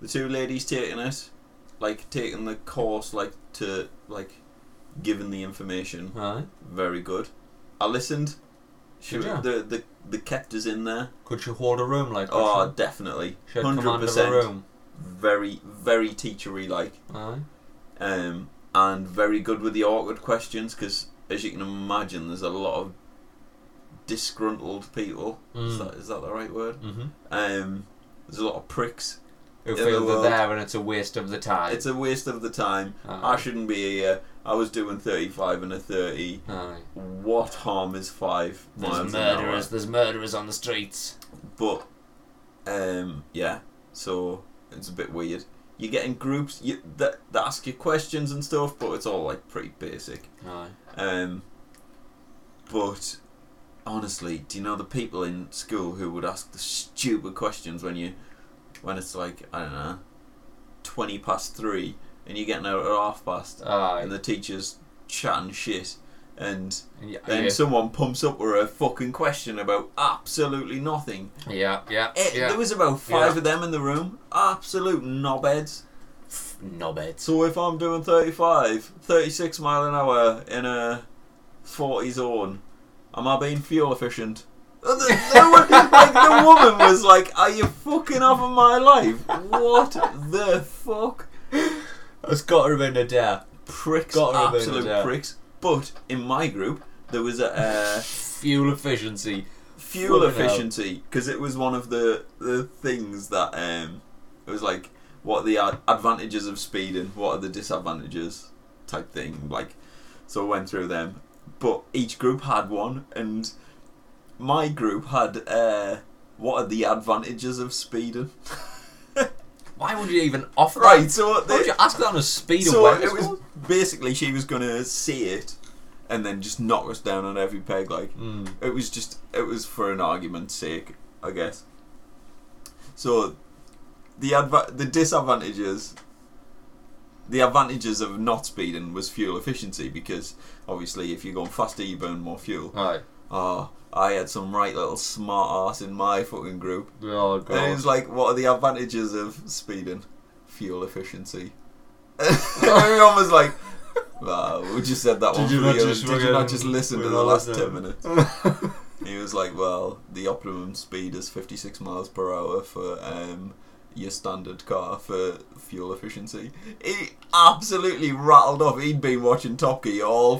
[SPEAKER 2] The two ladies taking it, like taking the course, like to like giving the information,
[SPEAKER 1] Aye.
[SPEAKER 2] very good. I listened. She,
[SPEAKER 1] Did ya?
[SPEAKER 2] the the the kept us in there.
[SPEAKER 1] Could you hold a room like that?
[SPEAKER 2] Oh, definitely,
[SPEAKER 1] she had
[SPEAKER 2] hundred
[SPEAKER 1] command of a
[SPEAKER 2] percent.
[SPEAKER 1] room.
[SPEAKER 2] Very very teachery like.
[SPEAKER 1] Aye.
[SPEAKER 2] um, and very good with the awkward questions because, as you can imagine, there's a lot of disgruntled people. Is,
[SPEAKER 1] Mm.
[SPEAKER 2] that, is that the right word?
[SPEAKER 1] Mm-hmm.
[SPEAKER 2] Um, there's a lot of pricks.
[SPEAKER 1] Who
[SPEAKER 2] In the
[SPEAKER 1] feel they're
[SPEAKER 2] world.
[SPEAKER 1] there and it's a waste of the time.
[SPEAKER 2] It's a waste of the time. I
[SPEAKER 1] Aye.
[SPEAKER 2] shouldn't be here. I was doing 35 and a 30.
[SPEAKER 1] Aye.
[SPEAKER 2] What harm is five miles
[SPEAKER 1] There's
[SPEAKER 2] an hour?
[SPEAKER 1] murderers. There's murderers on the streets.
[SPEAKER 2] But um, yeah, so it's a bit weird. You get in groups you, that, that ask you questions and stuff, but it's all like pretty basic.
[SPEAKER 1] Aye.
[SPEAKER 2] Um, but honestly, do you know the people in school who would ask the stupid questions when you, when it's like I don't know, twenty past three, and you're getting out at half past,
[SPEAKER 1] Aye.
[SPEAKER 2] and the teacher's chatting shit, and
[SPEAKER 1] yeah,
[SPEAKER 2] then
[SPEAKER 1] yeah.
[SPEAKER 2] someone pumps up with a fucking question about absolutely nothing.
[SPEAKER 1] yeah, yeah,
[SPEAKER 2] Eh,
[SPEAKER 1] yeah.
[SPEAKER 2] There was about five
[SPEAKER 1] Yeah.
[SPEAKER 2] of them in the room, absolute knobheads.
[SPEAKER 1] Knobheads.
[SPEAKER 2] So if I'm doing 35, 36 mile an hour in a 40 zone, am I being fuel efficient? And The, the, wo- like, the woman was like, "Are you fucking off of my life? What the fuck?
[SPEAKER 1] It's got to been a dare.
[SPEAKER 2] Pricks,
[SPEAKER 1] Gotta remember
[SPEAKER 2] absolute
[SPEAKER 1] that.
[SPEAKER 2] pricks." But in my group, there was a uh,
[SPEAKER 1] Fuel efficiency.
[SPEAKER 2] fuel
[SPEAKER 1] Fucking hell.
[SPEAKER 2] efficiency because it was one of the the things that um, it was like what are the ad- advantages of speed and what are the disadvantages type thing like so I went through them but each group had one and my group had uh, what are the advantages of speeding
[SPEAKER 1] Why would you even offer
[SPEAKER 2] right
[SPEAKER 1] that?
[SPEAKER 2] so
[SPEAKER 1] Why would
[SPEAKER 2] they,
[SPEAKER 1] you ask that on a speed
[SPEAKER 2] so
[SPEAKER 1] awareness
[SPEAKER 2] it was
[SPEAKER 1] course?
[SPEAKER 2] basically she was gonna see it and then just knock us down on every peg like
[SPEAKER 1] Mm.
[SPEAKER 2] it was just it was for an argument's sake, I guess. So the adva- the disadvantages the advantages of not speeding was fuel efficiency because obviously if you're going faster you burn more fuel.
[SPEAKER 1] Aye.
[SPEAKER 2] Oh, I had some right little smart ass in my fucking group.
[SPEAKER 1] Oh
[SPEAKER 2] And it was
[SPEAKER 1] god.
[SPEAKER 2] like, what are the advantages of speeding? Fuel efficiency. Everyone was like, wow, we just said that
[SPEAKER 1] Did
[SPEAKER 2] one
[SPEAKER 1] you
[SPEAKER 2] for
[SPEAKER 1] not
[SPEAKER 2] the other.
[SPEAKER 1] just
[SPEAKER 2] "Oh, Did you
[SPEAKER 1] fucking-
[SPEAKER 2] not just listen to
[SPEAKER 1] we
[SPEAKER 2] the
[SPEAKER 1] all
[SPEAKER 2] last
[SPEAKER 1] know.
[SPEAKER 2] 10 minutes? He was like, "Well, the optimum speed is 56 miles per hour for um, your standard car for fuel efficiency." He absolutely rattled off. He'd been watching Top Gear all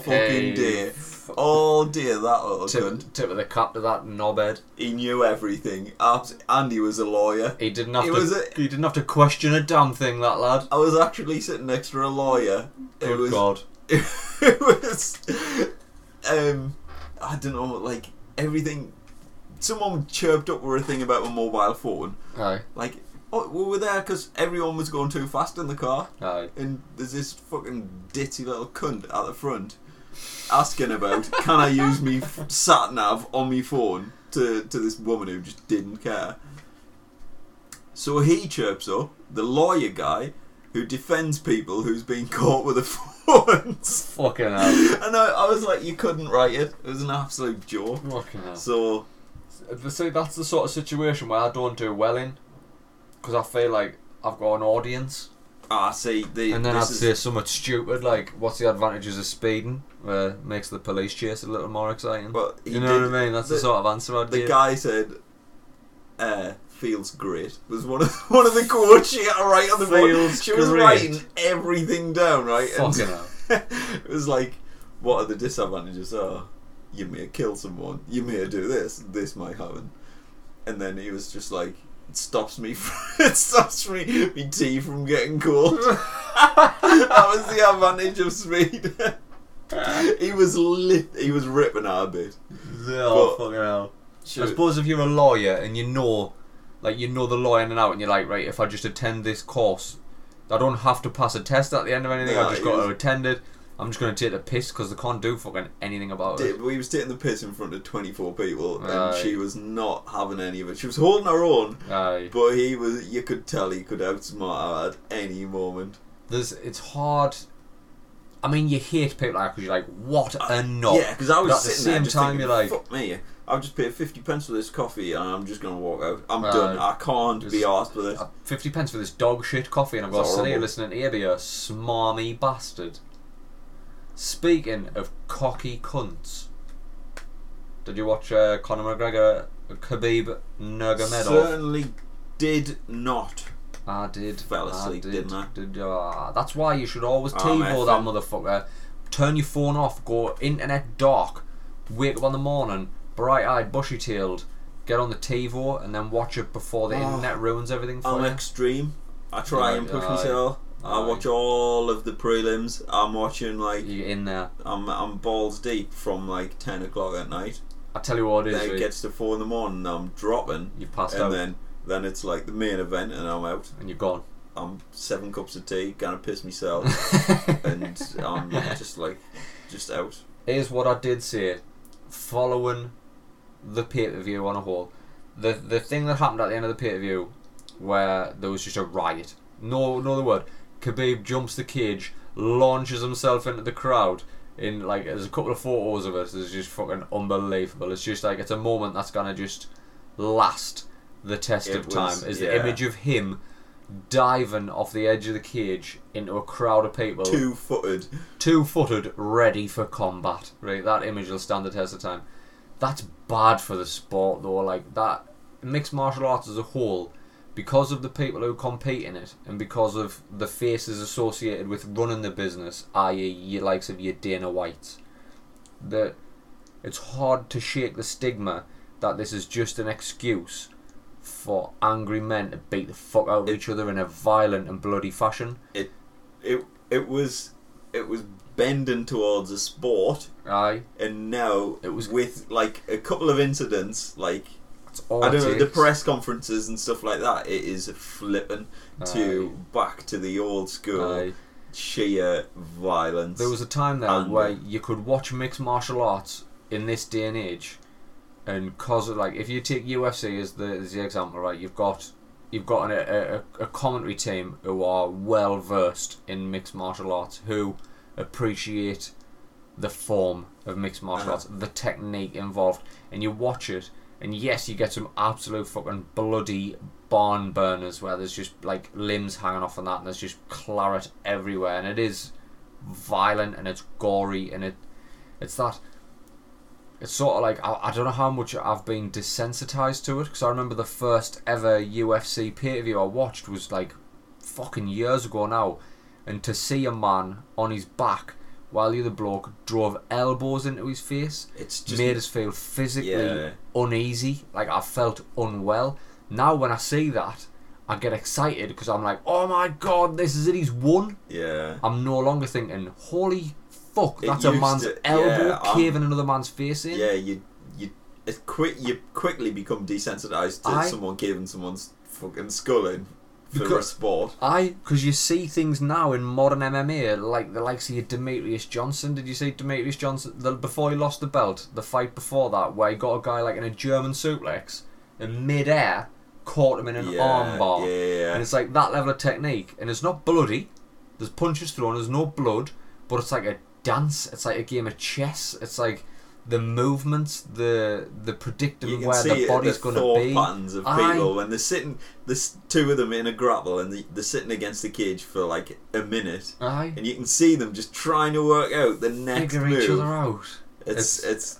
[SPEAKER 1] Hey,
[SPEAKER 2] fucking day,
[SPEAKER 1] f-
[SPEAKER 2] all day. That little cunt.
[SPEAKER 1] Tip, tip of the cap to that knobhead.
[SPEAKER 2] He knew everything. Abs- and he was a lawyer.
[SPEAKER 1] He didn't have
[SPEAKER 2] It
[SPEAKER 1] to.
[SPEAKER 2] was a-
[SPEAKER 1] he didn't have to question a damn thing, that lad.
[SPEAKER 2] I was actually sitting next to a lawyer. It
[SPEAKER 1] Good
[SPEAKER 2] was
[SPEAKER 1] God.
[SPEAKER 2] it was um I don't know, like everything someone chirped up with a thing about a mobile phone.
[SPEAKER 1] Aye.
[SPEAKER 2] Like oh, we were there because everyone was going too fast in the car
[SPEAKER 1] Aye.
[SPEAKER 2] and there's this fucking ditty little cunt at the front asking about can I use me f- sat nav on me phone to to this woman who just didn't care. So he chirps up the lawyer guy who defends people who's been caught with a phones.
[SPEAKER 1] Fucking hell.
[SPEAKER 2] and I, I was like, you couldn't write it. It was an absolute joke.
[SPEAKER 1] Fucking hell.
[SPEAKER 2] So
[SPEAKER 1] See, that's the sort of situation where I don't do well in, because I feel like I've got an audience,
[SPEAKER 2] ah, see, the,
[SPEAKER 1] and then I'd
[SPEAKER 2] this is
[SPEAKER 1] say something stupid like, "What's the advantages of speeding?" Where it makes the police chase a little more exciting.
[SPEAKER 2] but he
[SPEAKER 1] you know
[SPEAKER 2] did-
[SPEAKER 1] what I mean? That's the,
[SPEAKER 2] the-
[SPEAKER 1] sort of answer I'd
[SPEAKER 2] The
[SPEAKER 1] give.
[SPEAKER 2] guy said, uh, "Feels great." Was one of one of the quotes she had to write on the board.
[SPEAKER 1] Feels
[SPEAKER 2] She was
[SPEAKER 1] great.
[SPEAKER 2] writing everything down, right? And
[SPEAKER 1] Fucking hell.
[SPEAKER 2] it was like, "What are the disadvantages? Oh, you may kill someone. You may do this. This might happen." And then he was just like, "It stops me. From, it stops me. Me tea from getting cold." that was the advantage of speed. he was lit. He was ripping our bit.
[SPEAKER 1] Oh, fucking hell. I
[SPEAKER 2] Shoot.
[SPEAKER 1] suppose if you're a lawyer and you know, like you know the law in and out, and you're like, right, if I just attend this course, I don't have to pass a test at the end of anything.
[SPEAKER 2] Nah,
[SPEAKER 1] I've just
[SPEAKER 2] it
[SPEAKER 1] got
[SPEAKER 2] is-
[SPEAKER 1] to attend it. I'm just going to take the piss because they can't do fucking anything about it.
[SPEAKER 2] Did- we was taking the piss in front of 24 people, and
[SPEAKER 1] Aye.
[SPEAKER 2] she was not having any of it. She was holding her own,
[SPEAKER 1] Aye.
[SPEAKER 2] but he was. You could tell he could outsmart her at any moment.
[SPEAKER 1] There's, it's hard. I mean, you hate people like that 'cause you're like, what a knob.
[SPEAKER 2] Yeah, because I was
[SPEAKER 1] But at the
[SPEAKER 2] sitting there
[SPEAKER 1] same
[SPEAKER 2] just
[SPEAKER 1] time,
[SPEAKER 2] thinking,
[SPEAKER 1] you're like-
[SPEAKER 2] "Fuck me! I've just paid 50 pence for this coffee, and I'm just gonna walk out. I'm
[SPEAKER 1] Aye.
[SPEAKER 2] done. I can't be
[SPEAKER 1] Just-
[SPEAKER 2] asked with this."
[SPEAKER 1] Uh, 50 pence for this dog shit coffee, and I've got to
[SPEAKER 2] It's
[SPEAKER 1] sit here
[SPEAKER 2] horrible.
[SPEAKER 1] listening to you be a smarmy bastard. Speaking of cocky cunts, did you watch uh, Conor McGregor, Khabib Nurmagomedov?
[SPEAKER 2] Certainly did not.
[SPEAKER 1] I did.
[SPEAKER 2] fell asleep,
[SPEAKER 1] I did,
[SPEAKER 2] didn't I?
[SPEAKER 1] did, ah, that's why you should always
[SPEAKER 2] Ah,
[SPEAKER 1] TiVo that
[SPEAKER 2] mate, then.
[SPEAKER 1] motherfucker. Turn your phone off, go internet dark, wake up in the morning, bright eyed, bushy tailed, get on the TiVo and then watch it before the
[SPEAKER 2] Oh,
[SPEAKER 1] internet ruins everything for
[SPEAKER 2] I'm
[SPEAKER 1] you.
[SPEAKER 2] extreme. I try and push
[SPEAKER 1] Aye.
[SPEAKER 2] myself. I
[SPEAKER 1] Aye.
[SPEAKER 2] watch all of the prelims. I'm watching like
[SPEAKER 1] You're in there.
[SPEAKER 2] I'm I'm balls deep from like 10 o'clock at night.
[SPEAKER 1] I tell you what it is.
[SPEAKER 2] Then it
[SPEAKER 1] Reece.
[SPEAKER 2] gets to four in the morning. and I'm dropping,
[SPEAKER 1] You've passed
[SPEAKER 2] and
[SPEAKER 1] out
[SPEAKER 2] then then it's like the main event, and I'm out.
[SPEAKER 1] and you're gone.
[SPEAKER 2] I'm seven cups of tea, gonna piss myself, and I'm just like just out.
[SPEAKER 1] Here's what I did say following the pay per view on a whole. The the thing that happened at the end of the pay per view where there was just a riot. No no other word. Khabib jumps the cage, launches himself into the crowd. In like there's a couple of photos of it. It's just fucking unbelievable. It's just like it's a moment that's gonna just last the test
[SPEAKER 2] It
[SPEAKER 1] of
[SPEAKER 2] was-
[SPEAKER 1] time. Is the
[SPEAKER 2] yeah.
[SPEAKER 1] image of him diving off the edge of the cage into a crowd of people
[SPEAKER 2] Two footed.
[SPEAKER 1] two footed, ready for combat. Right, that image will stand the test of time. That's bad for the sport, though. Like that mixed martial arts as a whole, because of the people who compete in it, and because of the faces associated with running the business, i.e., your likes of your Dana Whites, that it's hard to shake the stigma that this is just an excuse for angry men to beat the fuck out of each other in a violent and bloody fashion.
[SPEAKER 2] It it was it was bending towards a sport,
[SPEAKER 1] Aye,
[SPEAKER 2] and now
[SPEAKER 1] It was-
[SPEAKER 2] with like a couple of incidents, like
[SPEAKER 1] that's all.
[SPEAKER 2] I
[SPEAKER 1] it
[SPEAKER 2] don't know the
[SPEAKER 1] takes.
[SPEAKER 2] press conferences and stuff like that. It is flipping to back to the old school.
[SPEAKER 1] Aye.
[SPEAKER 2] sheer violence.
[SPEAKER 1] There was a time there
[SPEAKER 2] And-
[SPEAKER 1] where you could watch mixed martial arts in this day and age, and cause of like if you take UFC as the as the example, right? You've got you've got an, a, a, a commentary team who are well versed in mixed martial arts, who appreciate the form of mixed martial
[SPEAKER 2] Uh-huh.
[SPEAKER 1] arts, the technique involved, and you watch it. And yes, you get some absolute fucking bloody barn burners where there's just like limbs hanging off and that, and there's just claret everywhere, and it is violent and it's gory and it it's that it's sort of like I, I don't know how much I've been desensitized to it because I remember the first ever UFC pay per view I watched was like fucking years ago now, and to see a man on his back while the other bloke drove elbows into his face
[SPEAKER 2] it's just
[SPEAKER 1] made us feel physically
[SPEAKER 2] Yeah.
[SPEAKER 1] uneasy. Like I felt unwell. Now when I see that, I get excited because I'm like, oh my god, this is it. He's won.
[SPEAKER 2] yeah.
[SPEAKER 1] I'm no longer thinking, holy fuck,
[SPEAKER 2] It
[SPEAKER 1] that's a
[SPEAKER 2] used
[SPEAKER 1] man's
[SPEAKER 2] to-
[SPEAKER 1] elbow
[SPEAKER 2] yeah, I'm-
[SPEAKER 1] caving another man's face in.
[SPEAKER 2] Yeah, you you it's quick you quickly become desensitized to
[SPEAKER 1] I-
[SPEAKER 2] someone giving someone's fucking skull in for a
[SPEAKER 1] Because-
[SPEAKER 2] sport.
[SPEAKER 1] I because you see things now in modern MMA like the likes of your Demetrius Johnson. Did you see Demetrius Johnson the, before he lost the belt? The fight before that, where he got a guy like in a German suplex in midair, caught him in an
[SPEAKER 2] yeah,
[SPEAKER 1] armbar,
[SPEAKER 2] Yeah, yeah,
[SPEAKER 1] and
[SPEAKER 2] yeah.
[SPEAKER 1] it's like that level of technique. And it's not bloody. There's punches thrown. There's no blood, but it's like a dance. It's like a game of chess. It's like the movements, the the predicting
[SPEAKER 2] You can
[SPEAKER 1] where
[SPEAKER 2] see
[SPEAKER 1] the
[SPEAKER 2] it,
[SPEAKER 1] body's
[SPEAKER 2] the
[SPEAKER 1] going to
[SPEAKER 2] thought
[SPEAKER 1] be.
[SPEAKER 2] patterns of
[SPEAKER 1] I-
[SPEAKER 2] people when they're sitting, there's two of them in a grapple and they- they're sitting against the cage for like a minute,
[SPEAKER 1] Aye.
[SPEAKER 2] and you can see them just trying to work out the next
[SPEAKER 1] Figure each other
[SPEAKER 2] move.
[SPEAKER 1] out.
[SPEAKER 2] It's, it's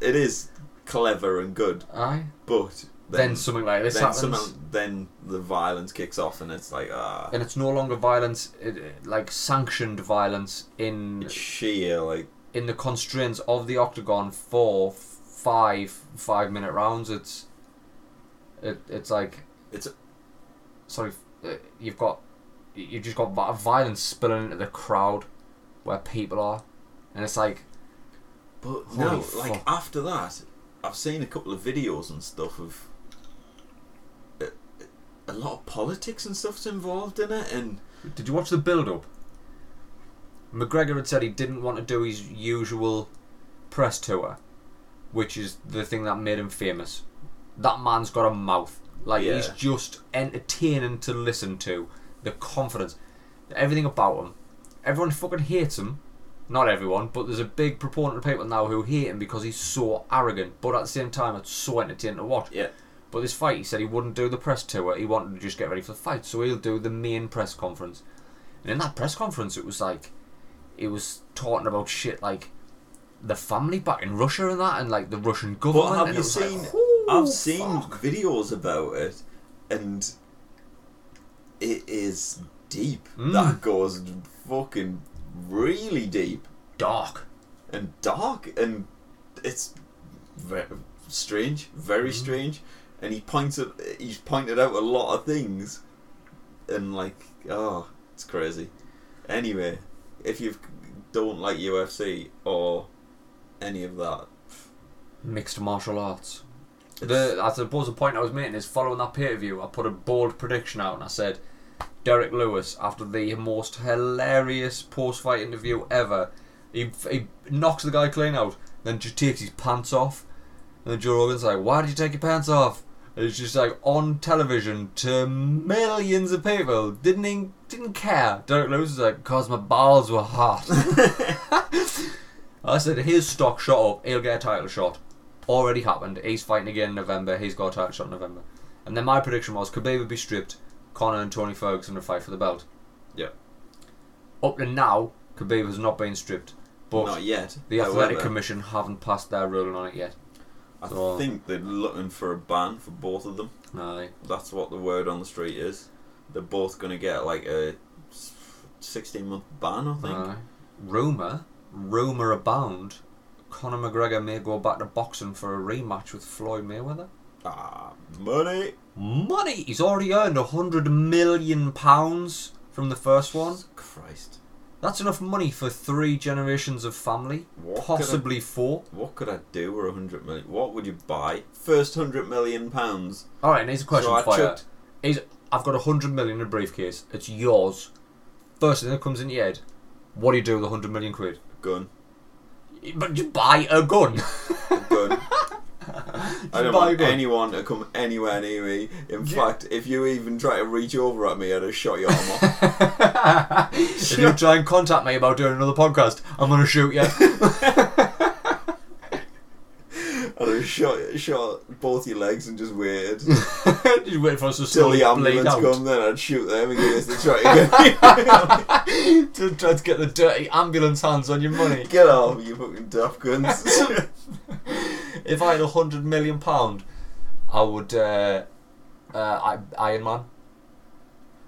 [SPEAKER 2] it is clever and good,
[SPEAKER 1] Aye.
[SPEAKER 2] but
[SPEAKER 1] then, something like this
[SPEAKER 2] then
[SPEAKER 1] happens,
[SPEAKER 2] some, then the violence kicks off and it's like ah
[SPEAKER 1] and it's no longer violence, it, it- like sanctioned violence in
[SPEAKER 2] it's sheer like
[SPEAKER 1] in the constraints of the octagon for five five minute rounds. It's it, it's like
[SPEAKER 2] It's-
[SPEAKER 1] sorry, uh, you've got you've just got vi- violence spilling into the crowd where people are, and it's like
[SPEAKER 2] But
[SPEAKER 1] Holy
[SPEAKER 2] no, like
[SPEAKER 1] fuck.
[SPEAKER 2] after that, I've seen a couple of videos and stuff of a, a lot of politics and stuff's involved in it, and
[SPEAKER 1] Did you watch the build up? McGregor had said he didn't want to do his usual press tour, which is the thing that made him famous. That man's got a mouth. Like, he's
[SPEAKER 2] Yeah.
[SPEAKER 1] just entertaining to listen to. The confidence, everything about him. Everyone fucking hates him. Not everyone, but there's a big proponent of people now who hate him because he's so arrogant, but at the same time, it's so entertaining to watch.
[SPEAKER 2] yeah,
[SPEAKER 1] But this fight, he said he wouldn't do the press tour. He wanted to just get ready for the fight, so he'll do the main press conference. And in that press conference, it was like, it was talking about shit like the family back in Russia and that, and like the Russian government.
[SPEAKER 2] But have
[SPEAKER 1] and
[SPEAKER 2] you
[SPEAKER 1] it was like,
[SPEAKER 2] seen?
[SPEAKER 1] "Ooh,
[SPEAKER 2] I've seen
[SPEAKER 1] fuck."
[SPEAKER 2] videos about it, and it is deep.
[SPEAKER 1] Mm.
[SPEAKER 2] That goes fucking really deep
[SPEAKER 1] dark.
[SPEAKER 2] and dark, and it's very strange, very
[SPEAKER 1] Mm-hmm.
[SPEAKER 2] strange. And he pointed, he's pointed out a lot of things, and like, oh, it's crazy. Anyway, if you don't like UFC or any of that,
[SPEAKER 1] Mixed martial arts.
[SPEAKER 2] it's,
[SPEAKER 1] The, I suppose the point I was making is following that pay per view, I put a bold prediction out and I said, Derek Lewis, after the most hilarious post fight interview ever, he, he knocks the guy clean out, then just takes his pants off. And then Joe Rogan's like, Why did you take your pants off? And it's just like on television to millions of people. Didn't even- didn't care. Derek Lewis is like, Because my balls were hot. I said, His stock shot up, he'll get a title shot already happened. He's fighting again in November. He's got a title shot in November. And then my prediction was Khabib would be stripped, Conor and Tony Ferguson would fight for the belt.
[SPEAKER 2] yeah.
[SPEAKER 1] Up to now, Khabib has not been stripped, but
[SPEAKER 2] Not yet.
[SPEAKER 1] the athletic
[SPEAKER 2] However,
[SPEAKER 1] commission haven't passed their ruling on it yet.
[SPEAKER 2] I
[SPEAKER 1] So-
[SPEAKER 2] think they're looking for a ban for both of them.
[SPEAKER 1] No,
[SPEAKER 2] That's what the word on the street is. They're both going to get like a s- 16 month ban, I think.
[SPEAKER 1] no. Rumor, rumor abound. Conor McGregor may go back to boxing for a rematch with Floyd Mayweather.
[SPEAKER 2] Ah, money!
[SPEAKER 1] Money! He's already earned a hundred million pounds from the first one.
[SPEAKER 2] Christ.
[SPEAKER 1] That's enough money for three generations of family,
[SPEAKER 2] What could
[SPEAKER 1] possibly four.
[SPEAKER 2] What could I do with 100 million? What would you buy? First 100 million pounds.
[SPEAKER 1] All right, and here's a question
[SPEAKER 2] So I
[SPEAKER 1] for you.
[SPEAKER 2] chucked-
[SPEAKER 1] Is I've got a hundred million in a briefcase. It's yours. First thing that comes into your head, what do you do with a hundred million quid?
[SPEAKER 2] Gun.
[SPEAKER 1] But you buy a gun.
[SPEAKER 2] A gun. I don't
[SPEAKER 1] Buy a
[SPEAKER 2] want
[SPEAKER 1] gun.
[SPEAKER 2] anyone to come anywhere near me. In
[SPEAKER 1] Yeah.
[SPEAKER 2] fact, if you even try to reach over at me, I'd have shot your arm off.
[SPEAKER 1] if you try and contact me about doing another podcast, I'm gonna shoot you.
[SPEAKER 2] I'd have shot, shot both your legs and just waited.
[SPEAKER 1] Just wait for us to
[SPEAKER 2] Till
[SPEAKER 1] slowly
[SPEAKER 2] the
[SPEAKER 1] bleed
[SPEAKER 2] ambulance
[SPEAKER 1] out.
[SPEAKER 2] come, then I'd shoot them in case they try to get me.
[SPEAKER 1] to try to get the dirty ambulance hands on your money.
[SPEAKER 2] Get off, you fucking daft guns.
[SPEAKER 1] If I had a hundred million pound, I would uh, uh, I, Iron Man.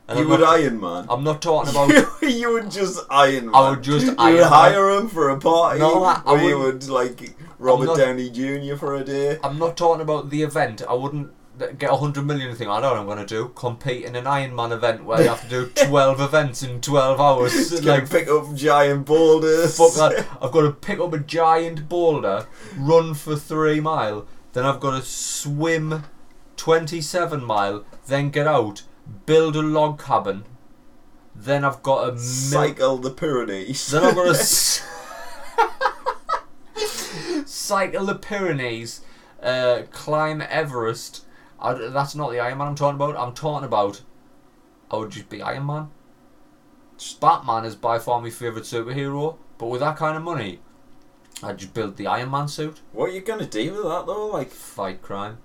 [SPEAKER 1] And
[SPEAKER 2] you
[SPEAKER 1] I'm
[SPEAKER 2] would
[SPEAKER 1] not,
[SPEAKER 2] Iron Man.
[SPEAKER 1] I'm not talking about
[SPEAKER 2] You, you would just Iron Man.
[SPEAKER 1] I would just
[SPEAKER 2] you
[SPEAKER 1] Iron
[SPEAKER 2] would
[SPEAKER 1] Man.
[SPEAKER 2] hire him for a party.
[SPEAKER 1] No, I- I
[SPEAKER 2] or you
[SPEAKER 1] wouldn't.
[SPEAKER 2] would like Robert
[SPEAKER 1] not-
[SPEAKER 2] Downey Jr. for a day.
[SPEAKER 1] I'm not talking about the event. I wouldn't th- get a hundred million thing. I know what I'm going to do. Compete in an Iron Man event where you have to do twelve events in twelve hours.
[SPEAKER 2] Just
[SPEAKER 1] like
[SPEAKER 2] like pick up giant boulders.
[SPEAKER 1] fuck that. I've got to pick up a giant boulder, run for three mile, then I've got to swim twenty-seven mile, then get out, build a log cabin, then I've got a milk
[SPEAKER 2] Cycle the Pyrenees.
[SPEAKER 1] Then I'm gonna s- cycle the Pyrenees, uh, climb Everest. I d that's not the Iron Man I'm talking about. I'm talking about. I would just be Iron Man. Just Batman is by far my favourite superhero, but with that kind of money, I'd just build the Iron Man suit.
[SPEAKER 2] What are you gonna do with that though? Like,
[SPEAKER 1] Fight crime.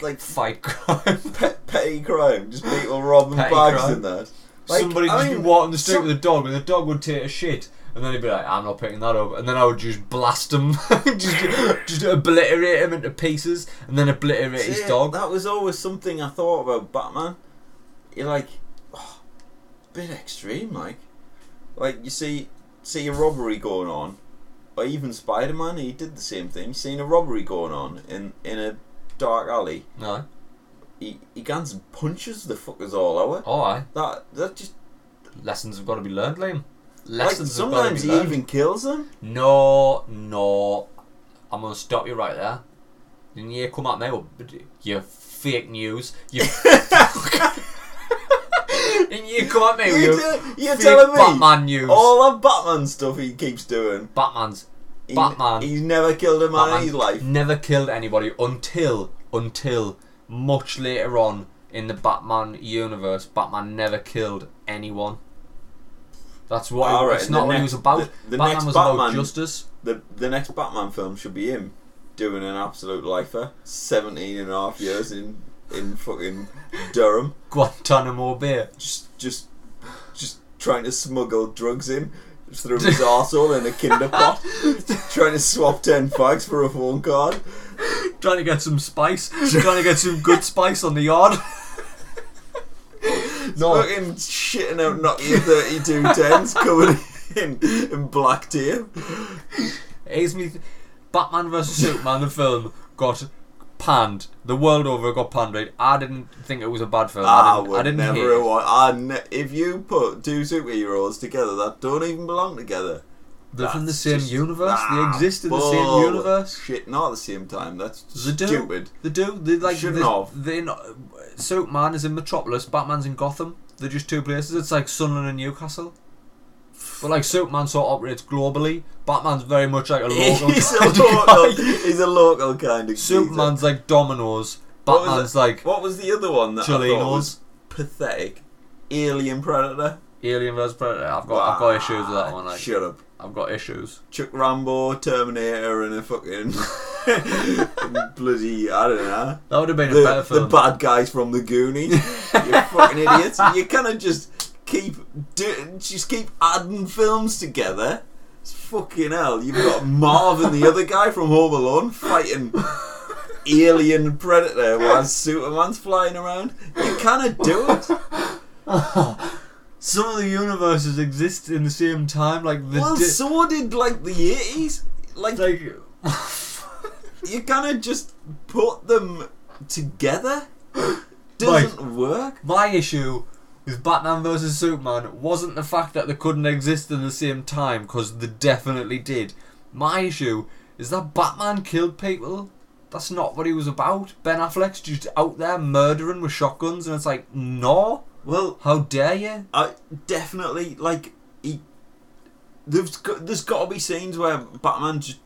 [SPEAKER 2] like
[SPEAKER 1] Fight crime.
[SPEAKER 2] pe- petty crime. Just people robbing
[SPEAKER 1] Petty
[SPEAKER 2] bags
[SPEAKER 1] crime.
[SPEAKER 2] and that. Like,
[SPEAKER 1] Somebody
[SPEAKER 2] I
[SPEAKER 1] just
[SPEAKER 2] mean,
[SPEAKER 1] be walking the street
[SPEAKER 2] some-
[SPEAKER 1] with a dog, and the dog would take a shit, and then he'd be like, "I'm not picking that up," and then I would just blast him, just, just obliterate him into pieces, and then obliterate his
[SPEAKER 2] See,
[SPEAKER 1] dog.
[SPEAKER 2] That was always something I thought about Batman. You're like, oh, bit extreme, like, like you see, see a robbery going on, or even Spider Man. He did the same thing. Seen a robbery going on in in a dark alley.
[SPEAKER 1] No,
[SPEAKER 2] He he guns and punches the fuckers all over.
[SPEAKER 1] all right.
[SPEAKER 2] That that just
[SPEAKER 1] Lessons have got to be learned, Liam. Lessons have gotta
[SPEAKER 2] sometimes
[SPEAKER 1] be
[SPEAKER 2] he
[SPEAKER 1] learned.
[SPEAKER 2] even kills them.
[SPEAKER 1] No, no. I'm going to stop you right there. Didn't you come out now? You fake news. You. Didn't you come out now?
[SPEAKER 2] You,
[SPEAKER 1] You
[SPEAKER 2] are
[SPEAKER 1] fake
[SPEAKER 2] telling me
[SPEAKER 1] Batman news.
[SPEAKER 2] all that Batman stuff he keeps doing.
[SPEAKER 1] Batman's.
[SPEAKER 2] He,
[SPEAKER 1] Batman.
[SPEAKER 2] He's never killed a man
[SPEAKER 1] Batman
[SPEAKER 2] in his life.
[SPEAKER 1] never killed anybody until until much later on in the Batman universe. Batman never killed anyone. That's what.
[SPEAKER 2] All right,
[SPEAKER 1] it's
[SPEAKER 2] and
[SPEAKER 1] not
[SPEAKER 2] the
[SPEAKER 1] what he
[SPEAKER 2] ne-
[SPEAKER 1] was about.
[SPEAKER 2] the- the
[SPEAKER 1] Batman
[SPEAKER 2] next
[SPEAKER 1] was about
[SPEAKER 2] Batman-
[SPEAKER 1] justice.
[SPEAKER 2] The the next Batman film should be him doing an absolute lifer, 17 and a half years in in fucking Durham,
[SPEAKER 1] Guantanamo Bay.
[SPEAKER 2] just just just trying to smuggle drugs in through his arsehole in a Kinder pot, trying to swap ten fags for a phone card.
[SPEAKER 1] trying to get some spice, trying to get some good spice on the yard. no,
[SPEAKER 2] Fucking shitting out Nokia 3210s covered in, in black tape.
[SPEAKER 1] here's me. th- Batman vs Superman, the film, got panned. The world over got panned. Right? I didn't think it was a bad film.
[SPEAKER 2] I
[SPEAKER 1] I didn't,
[SPEAKER 2] would
[SPEAKER 1] I didn't hate
[SPEAKER 2] never
[SPEAKER 1] it.
[SPEAKER 2] want. I ne- if you put two superheroes together that don't even belong together,
[SPEAKER 1] They're from the
[SPEAKER 2] that's
[SPEAKER 1] same
[SPEAKER 2] just-
[SPEAKER 1] universe.
[SPEAKER 2] Ah,
[SPEAKER 1] they exist in the
[SPEAKER 2] bull.
[SPEAKER 1] same universe.
[SPEAKER 2] Shit, not at the same time. That's
[SPEAKER 1] They do.
[SPEAKER 2] stupid.
[SPEAKER 1] They do. They like.
[SPEAKER 2] Shouldn't
[SPEAKER 1] they,
[SPEAKER 2] have.
[SPEAKER 1] They're not. Superman is in Metropolis. Batman's in Gotham. They're just two places. It's like Sunderland and Newcastle. But like Superman sort of operates globally. Batman's very much like a local.
[SPEAKER 2] He's a
[SPEAKER 1] kind of
[SPEAKER 2] local.
[SPEAKER 1] guy.
[SPEAKER 2] he's a local kind of geezer.
[SPEAKER 1] Superman's like dominoes.
[SPEAKER 2] What was
[SPEAKER 1] Batman's
[SPEAKER 2] it?
[SPEAKER 1] like
[SPEAKER 2] What was the other one that I thought
[SPEAKER 1] Chilinos.
[SPEAKER 2] was pathetic? Alien Predator. Ah,
[SPEAKER 1] Alien vs Predator. I've got I've got issues with that one. Like,
[SPEAKER 2] Shut up.
[SPEAKER 1] I've got issues.
[SPEAKER 2] Chuck Rambo, Terminator, and a fucking bloody I don't know.
[SPEAKER 1] That would have been a
[SPEAKER 2] the,
[SPEAKER 1] better
[SPEAKER 2] the
[SPEAKER 1] film.
[SPEAKER 2] bad guys from the Goonies. you fucking idiots! You kind of just keep do, just keep adding films together. It's fucking hell. You've got Marv and the other guy from Home Alone fighting alien predator while Superman's flying around. You kind of do it.
[SPEAKER 1] Some of the universes exist in the same time. Like the
[SPEAKER 2] Well,
[SPEAKER 1] di-
[SPEAKER 2] so did like the eighties. Like
[SPEAKER 1] like
[SPEAKER 2] you kind of just put them together. Doesn't work.
[SPEAKER 1] my issue is Batman vs Superman wasn't the fact that they couldn't exist in the same time because they definitely did. My issue is that Batman killed people. That's not what he was about. Ben Affleck's just out there murdering with shotguns, and it's like, no,
[SPEAKER 2] Well,
[SPEAKER 1] how dare you?
[SPEAKER 2] I definitely like he. There's got, there's got to be scenes where Batman just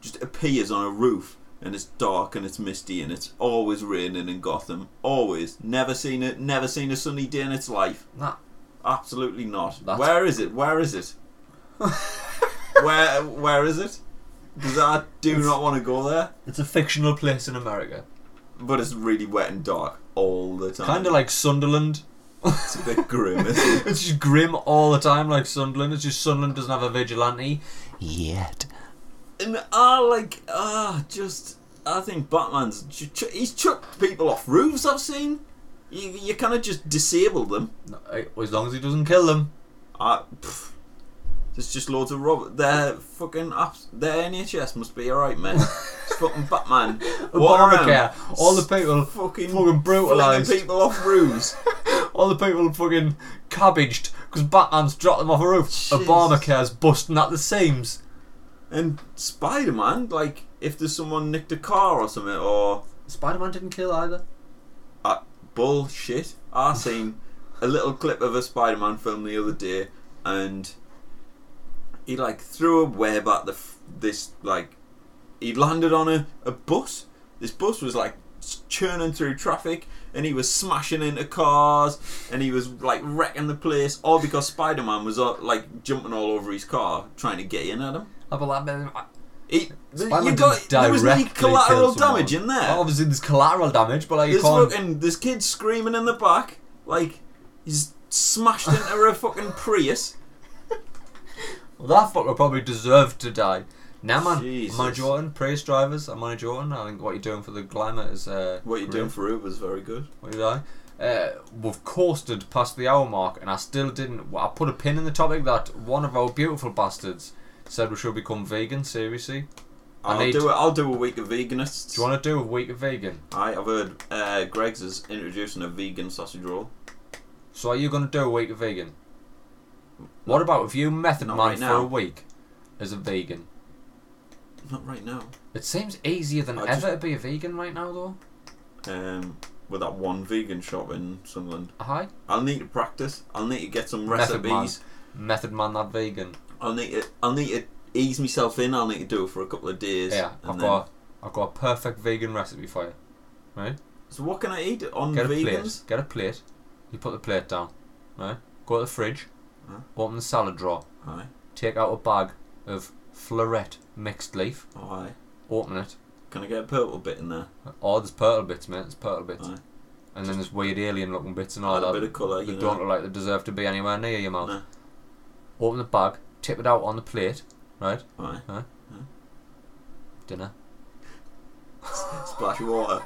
[SPEAKER 2] just appears on a roof and it's dark and it's misty and it's always raining in Gotham. Always, never seen it. Never seen a sunny day in its life.
[SPEAKER 1] Nah,
[SPEAKER 2] Absolutely not.
[SPEAKER 1] That's-
[SPEAKER 2] Where is it? Where is it? where where is it? Because I do not want to go there.
[SPEAKER 1] it's a fictional place in America,
[SPEAKER 2] But it's really wet and dark all the time.
[SPEAKER 1] kind of like Sunderland.
[SPEAKER 2] it's a bit grim. Isn't it?
[SPEAKER 1] It's just grim all the time, like Sunderland. It's just Sunderland doesn't have a vigilante yet.
[SPEAKER 2] And I like ah, just I think Batman's ch- ch- he's chucked people off roofs. I've seen. You, you kind of just disable them.
[SPEAKER 1] No, eh, as long as he doesn't kill them.
[SPEAKER 2] I, pff, there's just loads of rob. Their fucking apps, their NHS must be alright, man. it's fucking Batman. walking around,
[SPEAKER 1] Obamacare. All the people
[SPEAKER 2] fucking
[SPEAKER 1] fucking brutalised.
[SPEAKER 2] flinging people off roofs.
[SPEAKER 1] All the people fucking cabbaged because Batman's dropped them off a roof. Obamacare's busting at the seams.
[SPEAKER 2] and Spider Man, like if there's someone nicked a car or something, or
[SPEAKER 1] Spider Man didn't kill either.
[SPEAKER 2] Uh, bullshit. I seen a little clip of a Spider-Man film the other day, and he like threw a web at the f- this like he landed on a, a bus. This bus was like s- churning through traffic, and he was smashing into cars, and he was like wrecking the place, all because Spider-Man was uh, like jumping all over his car trying to get in at him.
[SPEAKER 1] I believe that.
[SPEAKER 2] He, th-
[SPEAKER 1] Spider-Man
[SPEAKER 2] you got
[SPEAKER 1] didn't
[SPEAKER 2] there was no
[SPEAKER 1] directly
[SPEAKER 2] collateral
[SPEAKER 1] kill someone. Oh,
[SPEAKER 2] damage in there.
[SPEAKER 1] Well, obviously, there's collateral damage, but like you
[SPEAKER 2] This
[SPEAKER 1] can't.
[SPEAKER 2] fucking this kid screaming in the back, like he's smashed into a fucking Prius.
[SPEAKER 1] Well, that fucker probably deserved to die. Now, man,
[SPEAKER 2] Jesus.
[SPEAKER 1] am I Jordan? Praise drivers, am I Jordan? I think what you're doing for the climate is. Uh,
[SPEAKER 2] What you're
[SPEAKER 1] great.
[SPEAKER 2] doing for Uber's very good.
[SPEAKER 1] What did I? Uh, we've coasted past the hour mark, and I still didn't. well, I put a pin in the topic that one of our beautiful bastards said we should become vegan. Seriously, I
[SPEAKER 2] I'll
[SPEAKER 1] need-
[SPEAKER 2] do it. I'll do a week of veganists.
[SPEAKER 1] do you want to do a week of vegan?
[SPEAKER 2] I, have heard uh, Greg's is introducing a vegan sausage roll.
[SPEAKER 1] So are you going to do a week of vegan? What about if you method
[SPEAKER 2] Not
[SPEAKER 1] man
[SPEAKER 2] right
[SPEAKER 1] for
[SPEAKER 2] now.
[SPEAKER 1] a week as a vegan?
[SPEAKER 2] Not right now.
[SPEAKER 1] It seems easier than
[SPEAKER 2] I
[SPEAKER 1] ever
[SPEAKER 2] just-
[SPEAKER 1] to be a vegan right now, though.
[SPEAKER 2] Um, with that one vegan shop in Sunderland.
[SPEAKER 1] Hi,
[SPEAKER 2] I'll need to practice. I'll need to get some
[SPEAKER 1] Method man.
[SPEAKER 2] recipes.
[SPEAKER 1] method man that vegan.
[SPEAKER 2] I'll need to. I'll need to ease myself in. I'll need to do it for a couple of days.
[SPEAKER 1] Yeah,
[SPEAKER 2] and
[SPEAKER 1] I've
[SPEAKER 2] then-
[SPEAKER 1] got I've got a perfect vegan recipe for you. Right,
[SPEAKER 2] So what can I eat on
[SPEAKER 1] get a plate.
[SPEAKER 2] vegans?
[SPEAKER 1] Get a plate. You put the plate down. Right, go to the fridge.
[SPEAKER 2] Huh?
[SPEAKER 1] Open the salad drawer.
[SPEAKER 2] Aye,
[SPEAKER 1] Take out a bag of floret mixed leaf.
[SPEAKER 2] aye.
[SPEAKER 1] Open it.
[SPEAKER 2] Can I get a purple bit in there?
[SPEAKER 1] Oh, there's purple bits, mate. There's purple bits,
[SPEAKER 2] Aye.
[SPEAKER 1] and then there's weird alien looking bits and all
[SPEAKER 2] Add a
[SPEAKER 1] that.
[SPEAKER 2] bit of colour.
[SPEAKER 1] They
[SPEAKER 2] You
[SPEAKER 1] don't
[SPEAKER 2] know.
[SPEAKER 1] look like they deserve to be anywhere near your mouth.
[SPEAKER 2] No.
[SPEAKER 1] Open the bag, tip it out on the plate, right?
[SPEAKER 2] Aye.
[SPEAKER 1] Dinner.
[SPEAKER 2] Splash of water.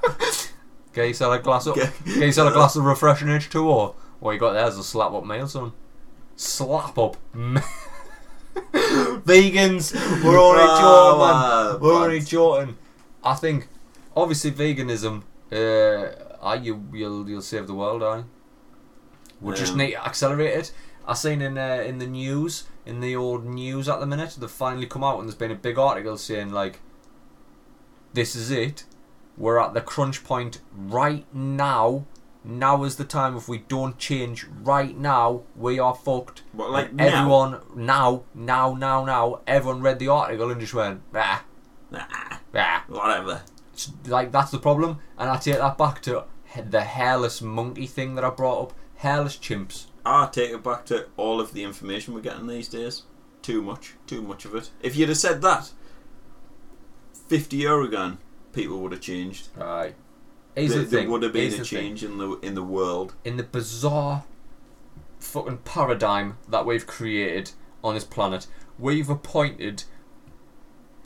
[SPEAKER 1] Get yourself a glass of
[SPEAKER 2] Get-
[SPEAKER 1] get yourself a glass of refreshing H2O. What you got there's a slap up meal, son. Slap up. me- Vegans, we're only joking, man.
[SPEAKER 2] Ah,
[SPEAKER 1] We're
[SPEAKER 2] bad.
[SPEAKER 1] only joking. I think, obviously, veganism. Uh, aye, you you'll you'll save the world, aye. We just
[SPEAKER 2] Um,
[SPEAKER 1] need to accelerate it. I seen in uh, in the news, in the old news at the minute, they've finally come out and there's been a big article saying like, this is it. We're at the crunch point right now. Now is the time. If we don't change right now, we are fucked.
[SPEAKER 2] But like
[SPEAKER 1] And
[SPEAKER 2] now,
[SPEAKER 1] everyone now, now, now, now, everyone read the article and just went, ah,
[SPEAKER 2] nah,
[SPEAKER 1] ah.
[SPEAKER 2] whatever.
[SPEAKER 1] It's like that's the problem. And I take that back to he- the hairless monkey thing that I brought up. Hairless chimps.
[SPEAKER 2] I take it back to all of the information we're getting these days. Too much, too much of it. If you'd have said that 50 year ago, people would have changed.
[SPEAKER 1] Right. Here's
[SPEAKER 2] there
[SPEAKER 1] the thing.
[SPEAKER 2] there would have been
[SPEAKER 1] here's
[SPEAKER 2] a
[SPEAKER 1] the thing.
[SPEAKER 2] change in the in the world.
[SPEAKER 1] in the bizarre fucking paradigm that we've created on this planet. We've appointed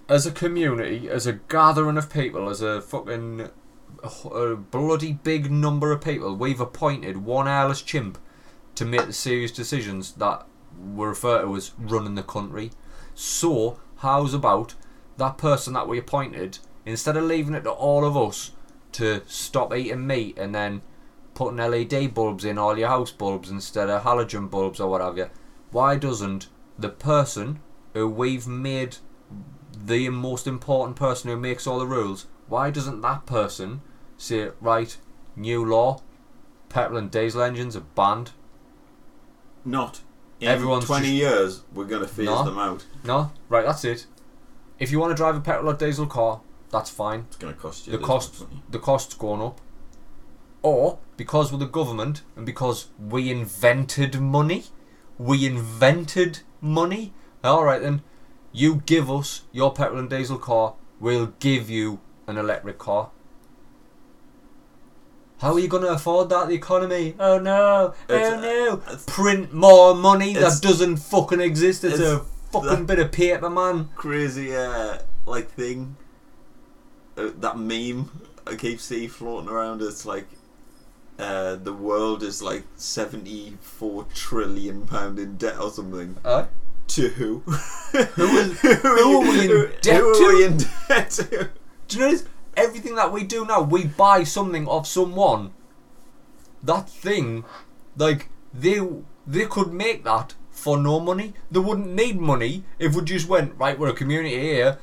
[SPEAKER 1] as a community, as a gathering of people, as a fucking a bloody big number of people, we've appointed one hairless chimp to make the serious decisions that we refer to as running the country. So, how's about that person that we appointed, instead of leaving it to all of us to stop eating meat and then putting LED bulbs in all your house bulbs instead of halogen bulbs or what have you, why doesn't the person who we've made the most important person who makes all the rules, why doesn't that person say, right, new law, petrol and diesel engines are banned?
[SPEAKER 2] Not in
[SPEAKER 1] Everyone's
[SPEAKER 2] 20 years, we're going to phase
[SPEAKER 1] No.
[SPEAKER 2] them out.
[SPEAKER 1] No? Right, that's it. If you want to drive a petrol or diesel car, that's fine.
[SPEAKER 2] It's going to cost you.
[SPEAKER 1] The
[SPEAKER 2] this
[SPEAKER 1] cost,
[SPEAKER 2] much money.
[SPEAKER 1] the cost's gone up. Or because we're the government and because we invented money, we invented money. All right then, you give us your petrol and diesel car, we'll give you an electric car. How are you going to afford that? The economy? Oh no!
[SPEAKER 2] It's-
[SPEAKER 1] oh no!
[SPEAKER 2] it's-
[SPEAKER 1] Print more money
[SPEAKER 2] it's-
[SPEAKER 1] that doesn't fucking exist. It's, a
[SPEAKER 2] it's
[SPEAKER 1] fucking bit of paper, man.
[SPEAKER 2] Crazy, uh, like, thing. Uh, that meme I keep seeing floating around. It's like. Uh, the world is like 74 trillion pound in debt or something.
[SPEAKER 1] Uh,
[SPEAKER 2] To who? who,
[SPEAKER 1] is- who are we in debt
[SPEAKER 2] who
[SPEAKER 1] to?
[SPEAKER 2] are we in debt to?
[SPEAKER 1] Do you notice everything that we do now? We buy something of someone. That thing, like they they could make that for no money. They wouldn't need money if we just went right. We're a community here.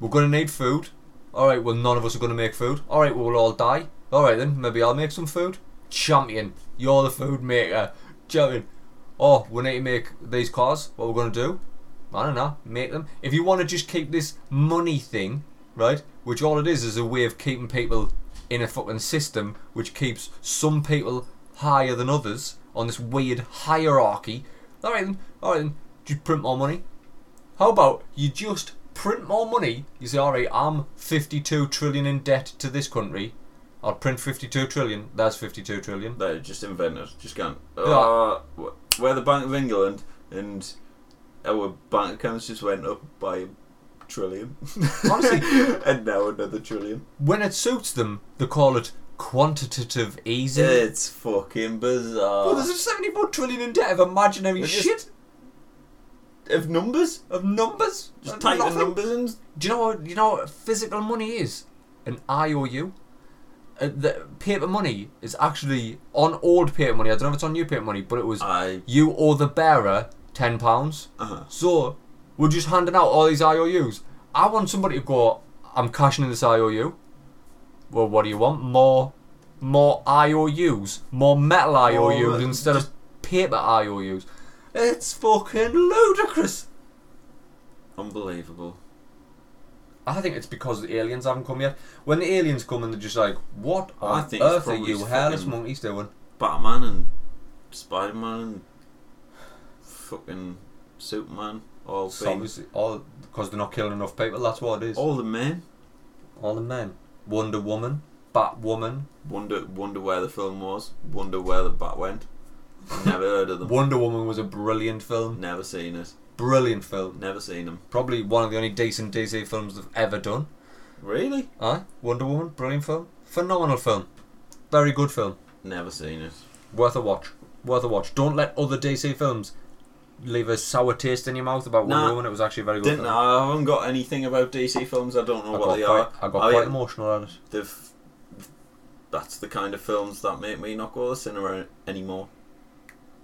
[SPEAKER 1] We're gonna need food. All right. Well, none of us are gonna make food. All right. Well, we'll all die. All right then. Maybe I'll make some food. Champion, you're the food maker. Champion. Oh, we need to make these cars. What we're gonna do? I don't know, make them. If you want to just keep this money thing, right, which all it is is a way of keeping people in a fucking system which keeps some people higher than others on this weird hierarchy. Alright then, alright then, just print more money. How about you just print more money? You say, alright, I'm 52 trillion in debt to this country. I'll print 52 trillion, that's 52 trillion.
[SPEAKER 2] They just invented, just gone. Uh, wh- We're the Bank of England, and our bank accounts just went up by a trillion.
[SPEAKER 1] Honestly,
[SPEAKER 2] and now another trillion.
[SPEAKER 1] when it suits them, they call it quantitative easing.
[SPEAKER 2] It's fucking bizarre.
[SPEAKER 1] Well, there's a 74 trillion in debt of imaginary
[SPEAKER 2] They're just-
[SPEAKER 1] shit
[SPEAKER 2] of numbers?
[SPEAKER 1] of numbers.
[SPEAKER 2] Just
[SPEAKER 1] of
[SPEAKER 2] type the
[SPEAKER 1] nothing.
[SPEAKER 2] numbers in.
[SPEAKER 1] Do you know what? You know what physical money is? An IOU. Uh, the paper money
[SPEAKER 2] Ah.
[SPEAKER 1] is actually on old paper money. I don't know if it's on new paper money, but it was
[SPEAKER 2] I
[SPEAKER 1] you owe the bearer ten pounds.
[SPEAKER 2] Uh-huh.
[SPEAKER 1] So we're just handing out all these IOUs. I want somebody to go. I'm cashing in this IOU. Well, what do you want? More, more IOUs, more metal IOUs
[SPEAKER 2] uh,
[SPEAKER 1] instead of paper IOUs.
[SPEAKER 2] It's fucking ludicrous. Unbelievable.
[SPEAKER 1] I think it's because the aliens haven't come yet. When the aliens come and they're just like, "What
[SPEAKER 2] I
[SPEAKER 1] on
[SPEAKER 2] think it's
[SPEAKER 1] earth are
[SPEAKER 2] probably
[SPEAKER 1] you hairless
[SPEAKER 2] fucking-
[SPEAKER 1] monkeys doing?"
[SPEAKER 2] Batman and Spider Man and fucking Superman all
[SPEAKER 1] It's
[SPEAKER 2] being
[SPEAKER 1] obviously all because they're not killing enough people. That's what it is.
[SPEAKER 2] all the men.
[SPEAKER 1] All the men, Wonder Woman, Batwoman,
[SPEAKER 2] Wonder wonder where the film was. Wonder where the bat went. Never heard of them.
[SPEAKER 1] Wonder Woman was a brilliant film.
[SPEAKER 2] Never seen it.
[SPEAKER 1] Brilliant film.
[SPEAKER 2] Never seen them.
[SPEAKER 1] Probably one of the only decent DC films they've ever done.
[SPEAKER 2] Really?
[SPEAKER 1] Aye, Wonder Woman, brilliant film. Phenomenal film. Very good film.
[SPEAKER 2] Never seen it.
[SPEAKER 1] Worth a watch. Worth a watch. Don't let other DC films leave a sour taste in your mouth about Wonder
[SPEAKER 2] Nah,
[SPEAKER 1] Woman. It was actually a very good
[SPEAKER 2] Didn't
[SPEAKER 1] film.
[SPEAKER 2] I haven't got anything about DC films. I don't know
[SPEAKER 1] I
[SPEAKER 2] what
[SPEAKER 1] got,
[SPEAKER 2] they
[SPEAKER 1] quite,
[SPEAKER 2] are.
[SPEAKER 1] I got
[SPEAKER 2] I-
[SPEAKER 1] quite emotional at it.
[SPEAKER 2] They've. That's the kind of films that make me not go to the cinema anymore.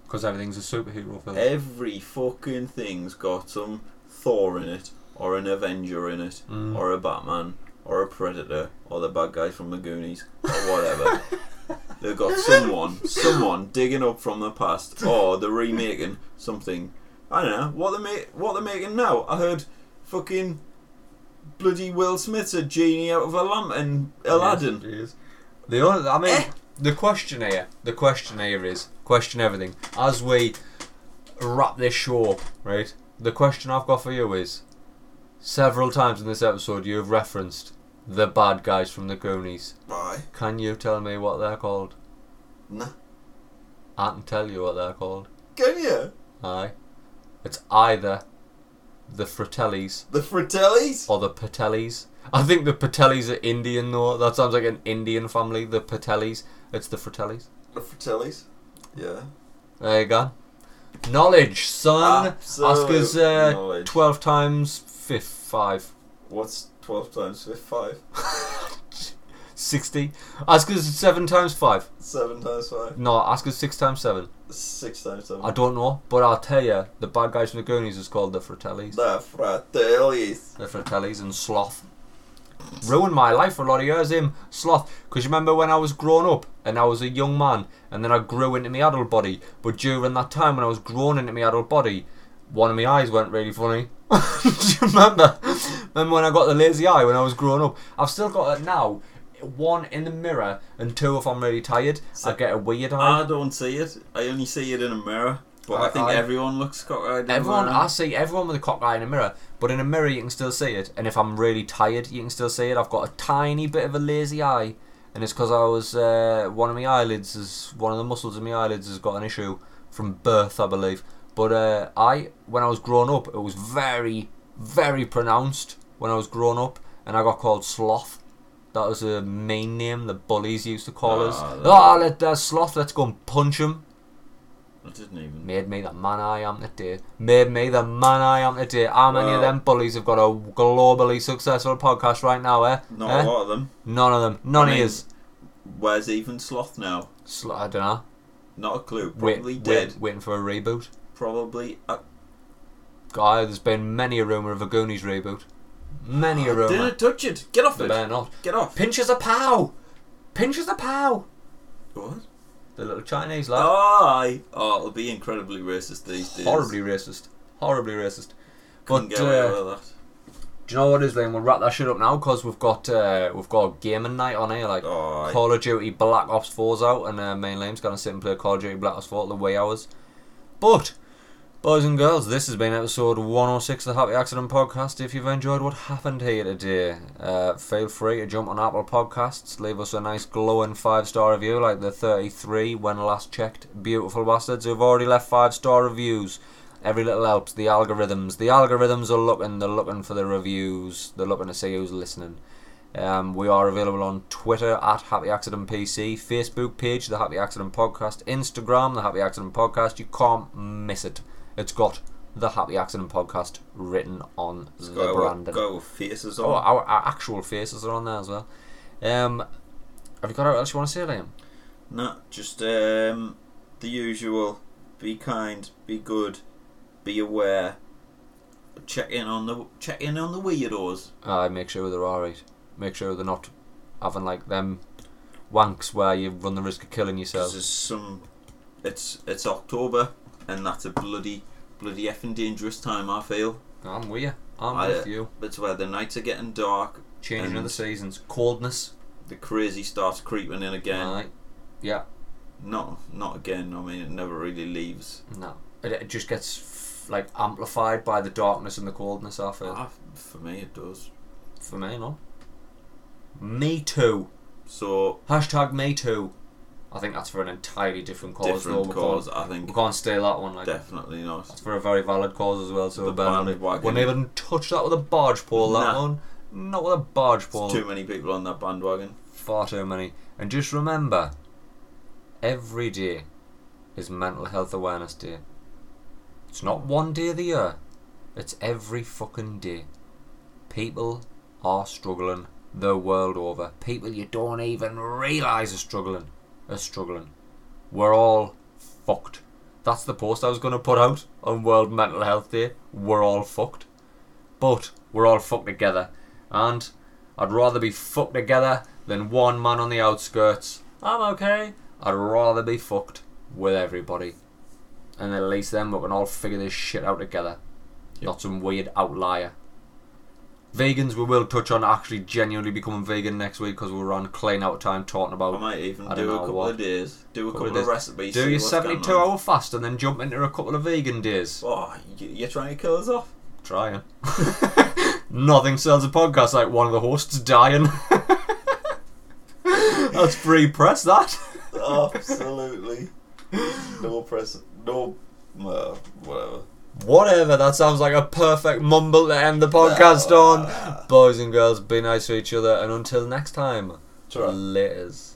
[SPEAKER 1] Because everything's a superhero film.
[SPEAKER 2] Every fucking thing's got some Thor in it, or an Avenger in it,
[SPEAKER 1] Mm.
[SPEAKER 2] or a Batman, or a Predator, or the bad guy from the Goonies, or whatever. They've got someone, someone digging up from the past, or they're remaking something. I don't know what they make. What they're making now? I heard fucking bloody Will Smith's a genie out of a lamp in Aladdin.
[SPEAKER 1] Yes, it is. The only, I mean,
[SPEAKER 2] Eh?
[SPEAKER 1] the question here, the question here is question everything. As we wrap this show up, right? The question I've got for you is: several times in this episode, you have referenced the bad guys from the Goonies.
[SPEAKER 2] Bye.
[SPEAKER 1] Can you tell me what they're called?
[SPEAKER 2] Nah.
[SPEAKER 1] I can tell you what they're called.
[SPEAKER 2] Can you?
[SPEAKER 1] Aye, it's either the Fratellis
[SPEAKER 2] The Fratellis?
[SPEAKER 1] or the Patellis. I think the Patellis are Indian though. That sounds like an Indian family. The Patellis. It's the Fratellis.
[SPEAKER 2] The Fratellis. Yeah.
[SPEAKER 1] There you go. Knowledge, son.
[SPEAKER 2] Absolute
[SPEAKER 1] Oscar's uh,
[SPEAKER 2] knowledge.
[SPEAKER 1] 12 times fifth, 5.
[SPEAKER 2] What's 12 times 5? 5.
[SPEAKER 1] 60. Oscar's 7 times 5.
[SPEAKER 2] 7 times 5.
[SPEAKER 1] No, Oscar's 6 times 7.
[SPEAKER 2] 6 times 7.
[SPEAKER 1] I don't know, but I'll tell you, the bad guys from the Goonies is called the Fratellis.
[SPEAKER 2] The Fratellis.
[SPEAKER 1] The Fratellis and Sloth. Ruined my life for a lot of years, him, Sloth. Because you remember when I was growing up and I was a young man and then I grew into my adult body. But during that time when I was growing into my adult body, one of my eyes weren't really funny. Do you remember? Remember when I got the lazy eye when I was growing up? I've still got it now. One in the mirror and two if I'm really tired. I get a weird eye.
[SPEAKER 2] I don't see it. I only see it in a mirror. But I,
[SPEAKER 1] I-
[SPEAKER 2] think
[SPEAKER 1] I-
[SPEAKER 2] everyone looks cockeyed. in a
[SPEAKER 1] Everyone,
[SPEAKER 2] mirror.
[SPEAKER 1] I see everyone with a cocked eye in a mirror, but in a mirror you can still see it. And if I'm really tired, you can still see it. I've got a tiny bit of a lazy eye, and it's because I was uh, one of my eyelids is one of the muscles in my eyelids has got an issue from birth, I believe. But uh, I, when I was growing up, it was very, very pronounced when I was growing up, and I got called sloth. That was a main name the bullies used to call us.
[SPEAKER 2] Ah,
[SPEAKER 1] Ah, let there's sloth. Let's go and punch him.
[SPEAKER 2] I didn't even.
[SPEAKER 1] Made me the man I am today. Made me the man I am today. How many of
[SPEAKER 2] Well-
[SPEAKER 1] them bullies have got a globally successful podcast right now, eh?
[SPEAKER 2] Not
[SPEAKER 1] Eh?
[SPEAKER 2] a lot of them.
[SPEAKER 1] None of them. None
[SPEAKER 2] I
[SPEAKER 1] of
[SPEAKER 2] mean-
[SPEAKER 1] yours.
[SPEAKER 2] Where's even Sloth now?
[SPEAKER 1] Sl- I don't know.
[SPEAKER 2] Not a clue.
[SPEAKER 1] Wait,
[SPEAKER 2] Probably
[SPEAKER 1] wait,
[SPEAKER 2] dead.
[SPEAKER 1] waiting for a reboot.
[SPEAKER 2] Probably. Uh,
[SPEAKER 1] Guy, there's been many a rumour of a Goonies reboot. Many a rumour.
[SPEAKER 2] didn't touch it. Get off
[SPEAKER 1] They
[SPEAKER 2] it.
[SPEAKER 1] better not.
[SPEAKER 2] Get off.
[SPEAKER 1] Pinch is a pow! Pinch is a pow!
[SPEAKER 2] What?
[SPEAKER 1] The little Chinese lad.
[SPEAKER 2] Aye. Oh, it'll be incredibly racist these days.
[SPEAKER 1] Horribly racist. Horribly racist.
[SPEAKER 2] Couldn't
[SPEAKER 1] But,
[SPEAKER 2] get away
[SPEAKER 1] uh,
[SPEAKER 2] with
[SPEAKER 1] Do you know what it is then? We'll wrap that shit up now because we've got uh, we've got gaming night on here. Like
[SPEAKER 2] that. Aye.
[SPEAKER 1] Call of Duty Black Ops 4's out, and uh, main lame's going to sit and play Call of Duty Black Ops 4 at the way hours. But, boys and girls, this has been episode 106 of the Happy Accident Podcast. If you've enjoyed what happened here today, uh, feel free to jump on Apple Podcasts, leave us a nice glowing five star review like the 33 when last checked beautiful bastards who've already left five star reviews. Every little helps, the algorithms. The algorithms are looking, they're looking for the reviews, they're looking to see who's listening. Um, we are available on Twitter at Happy Accident PC, Facebook page The Happy Accident Podcast, Instagram The Happy Accident Podcast. You can't miss it. It's got The Happy Accident Podcast written on the
[SPEAKER 2] Go,
[SPEAKER 1] branding.
[SPEAKER 2] go faces
[SPEAKER 1] Oh,
[SPEAKER 2] on.
[SPEAKER 1] our, our actual faces are on there as well. Um, have you got anything else you want to say, Liam?
[SPEAKER 2] No, just um, the usual. Be kind, be good, be aware. Check in on the check in on the weirdos.
[SPEAKER 1] I Uh, make sure they're alright. Make sure they're not having like them wanks where you run the risk of killing
[SPEAKER 2] Because
[SPEAKER 1] yourself.
[SPEAKER 2] there's some. It's it's October, and that's a bloody bloody effing dangerous time. I feel.
[SPEAKER 1] I'm with you. I'm
[SPEAKER 2] I-
[SPEAKER 1] with you.
[SPEAKER 2] That's where the nights are getting dark.
[SPEAKER 1] Changing of
[SPEAKER 2] and-
[SPEAKER 1] the seasons. Coldness.
[SPEAKER 2] The crazy starts creeping in again.
[SPEAKER 1] Aye. Yeah.
[SPEAKER 2] Not not again. I mean, it never really leaves.
[SPEAKER 1] No. It, it just gets f- like amplified by the darkness and the coldness. I feel.
[SPEAKER 2] Ah, for me, it does.
[SPEAKER 1] For me, no. Me too.
[SPEAKER 2] So
[SPEAKER 1] Hashtag me too. I think that's for an entirely different cause. though.
[SPEAKER 2] different
[SPEAKER 1] We
[SPEAKER 2] cause,
[SPEAKER 1] Can't,
[SPEAKER 2] I
[SPEAKER 1] we
[SPEAKER 2] think.
[SPEAKER 1] can't steal that one. Like
[SPEAKER 2] Definitely not.
[SPEAKER 1] that's for a very valid cause as well. So
[SPEAKER 2] The
[SPEAKER 1] we're better not-
[SPEAKER 2] bandwagon.
[SPEAKER 1] wouldn't even touch that with a barge pole. That
[SPEAKER 2] Nah.
[SPEAKER 1] one. Not with a barge pole.
[SPEAKER 2] There's too many people on that bandwagon.
[SPEAKER 1] far too many. And just remember, every day is Mental Health Awareness Day. It's not one day of the year, it's every fucking day. People are struggling the world over. People you don't even realise are struggling are struggling. We're all fucked. That's the post I was going to put out on World Mental Health Day. We're all fucked. But we're all fucked together. And I'd rather be fucked together than one man on the outskirts. I'm okay. I'd rather be fucked with everybody. And at least then we can all figure this shit out together. Not some weird outlier. Vegans, we will touch on actually genuinely becoming vegan next week because we're on clean out of time talking
[SPEAKER 2] I
[SPEAKER 1] about
[SPEAKER 2] might even
[SPEAKER 1] I don't
[SPEAKER 2] do a
[SPEAKER 1] know
[SPEAKER 2] couple
[SPEAKER 1] what-
[SPEAKER 2] of days. Do a
[SPEAKER 1] Couple
[SPEAKER 2] couple,
[SPEAKER 1] of
[SPEAKER 2] of
[SPEAKER 1] days.
[SPEAKER 2] recipes.
[SPEAKER 1] Do
[SPEAKER 2] see
[SPEAKER 1] your
[SPEAKER 2] what's going
[SPEAKER 1] 72
[SPEAKER 2] on.
[SPEAKER 1] hour fast and then jump into a couple of vegan days.
[SPEAKER 2] Oh, you- you're trying to kill us off?
[SPEAKER 1] Trying. Nothing sells a podcast like one of the hosts dying. That's free press, that.
[SPEAKER 2] Absolutely. No press. No. Uh, whatever.
[SPEAKER 1] Whatever, that sounds like a perfect mumble to end the podcast on. Boys and girls, be nice to each other, and until next time,
[SPEAKER 2] Try.
[SPEAKER 1] laters.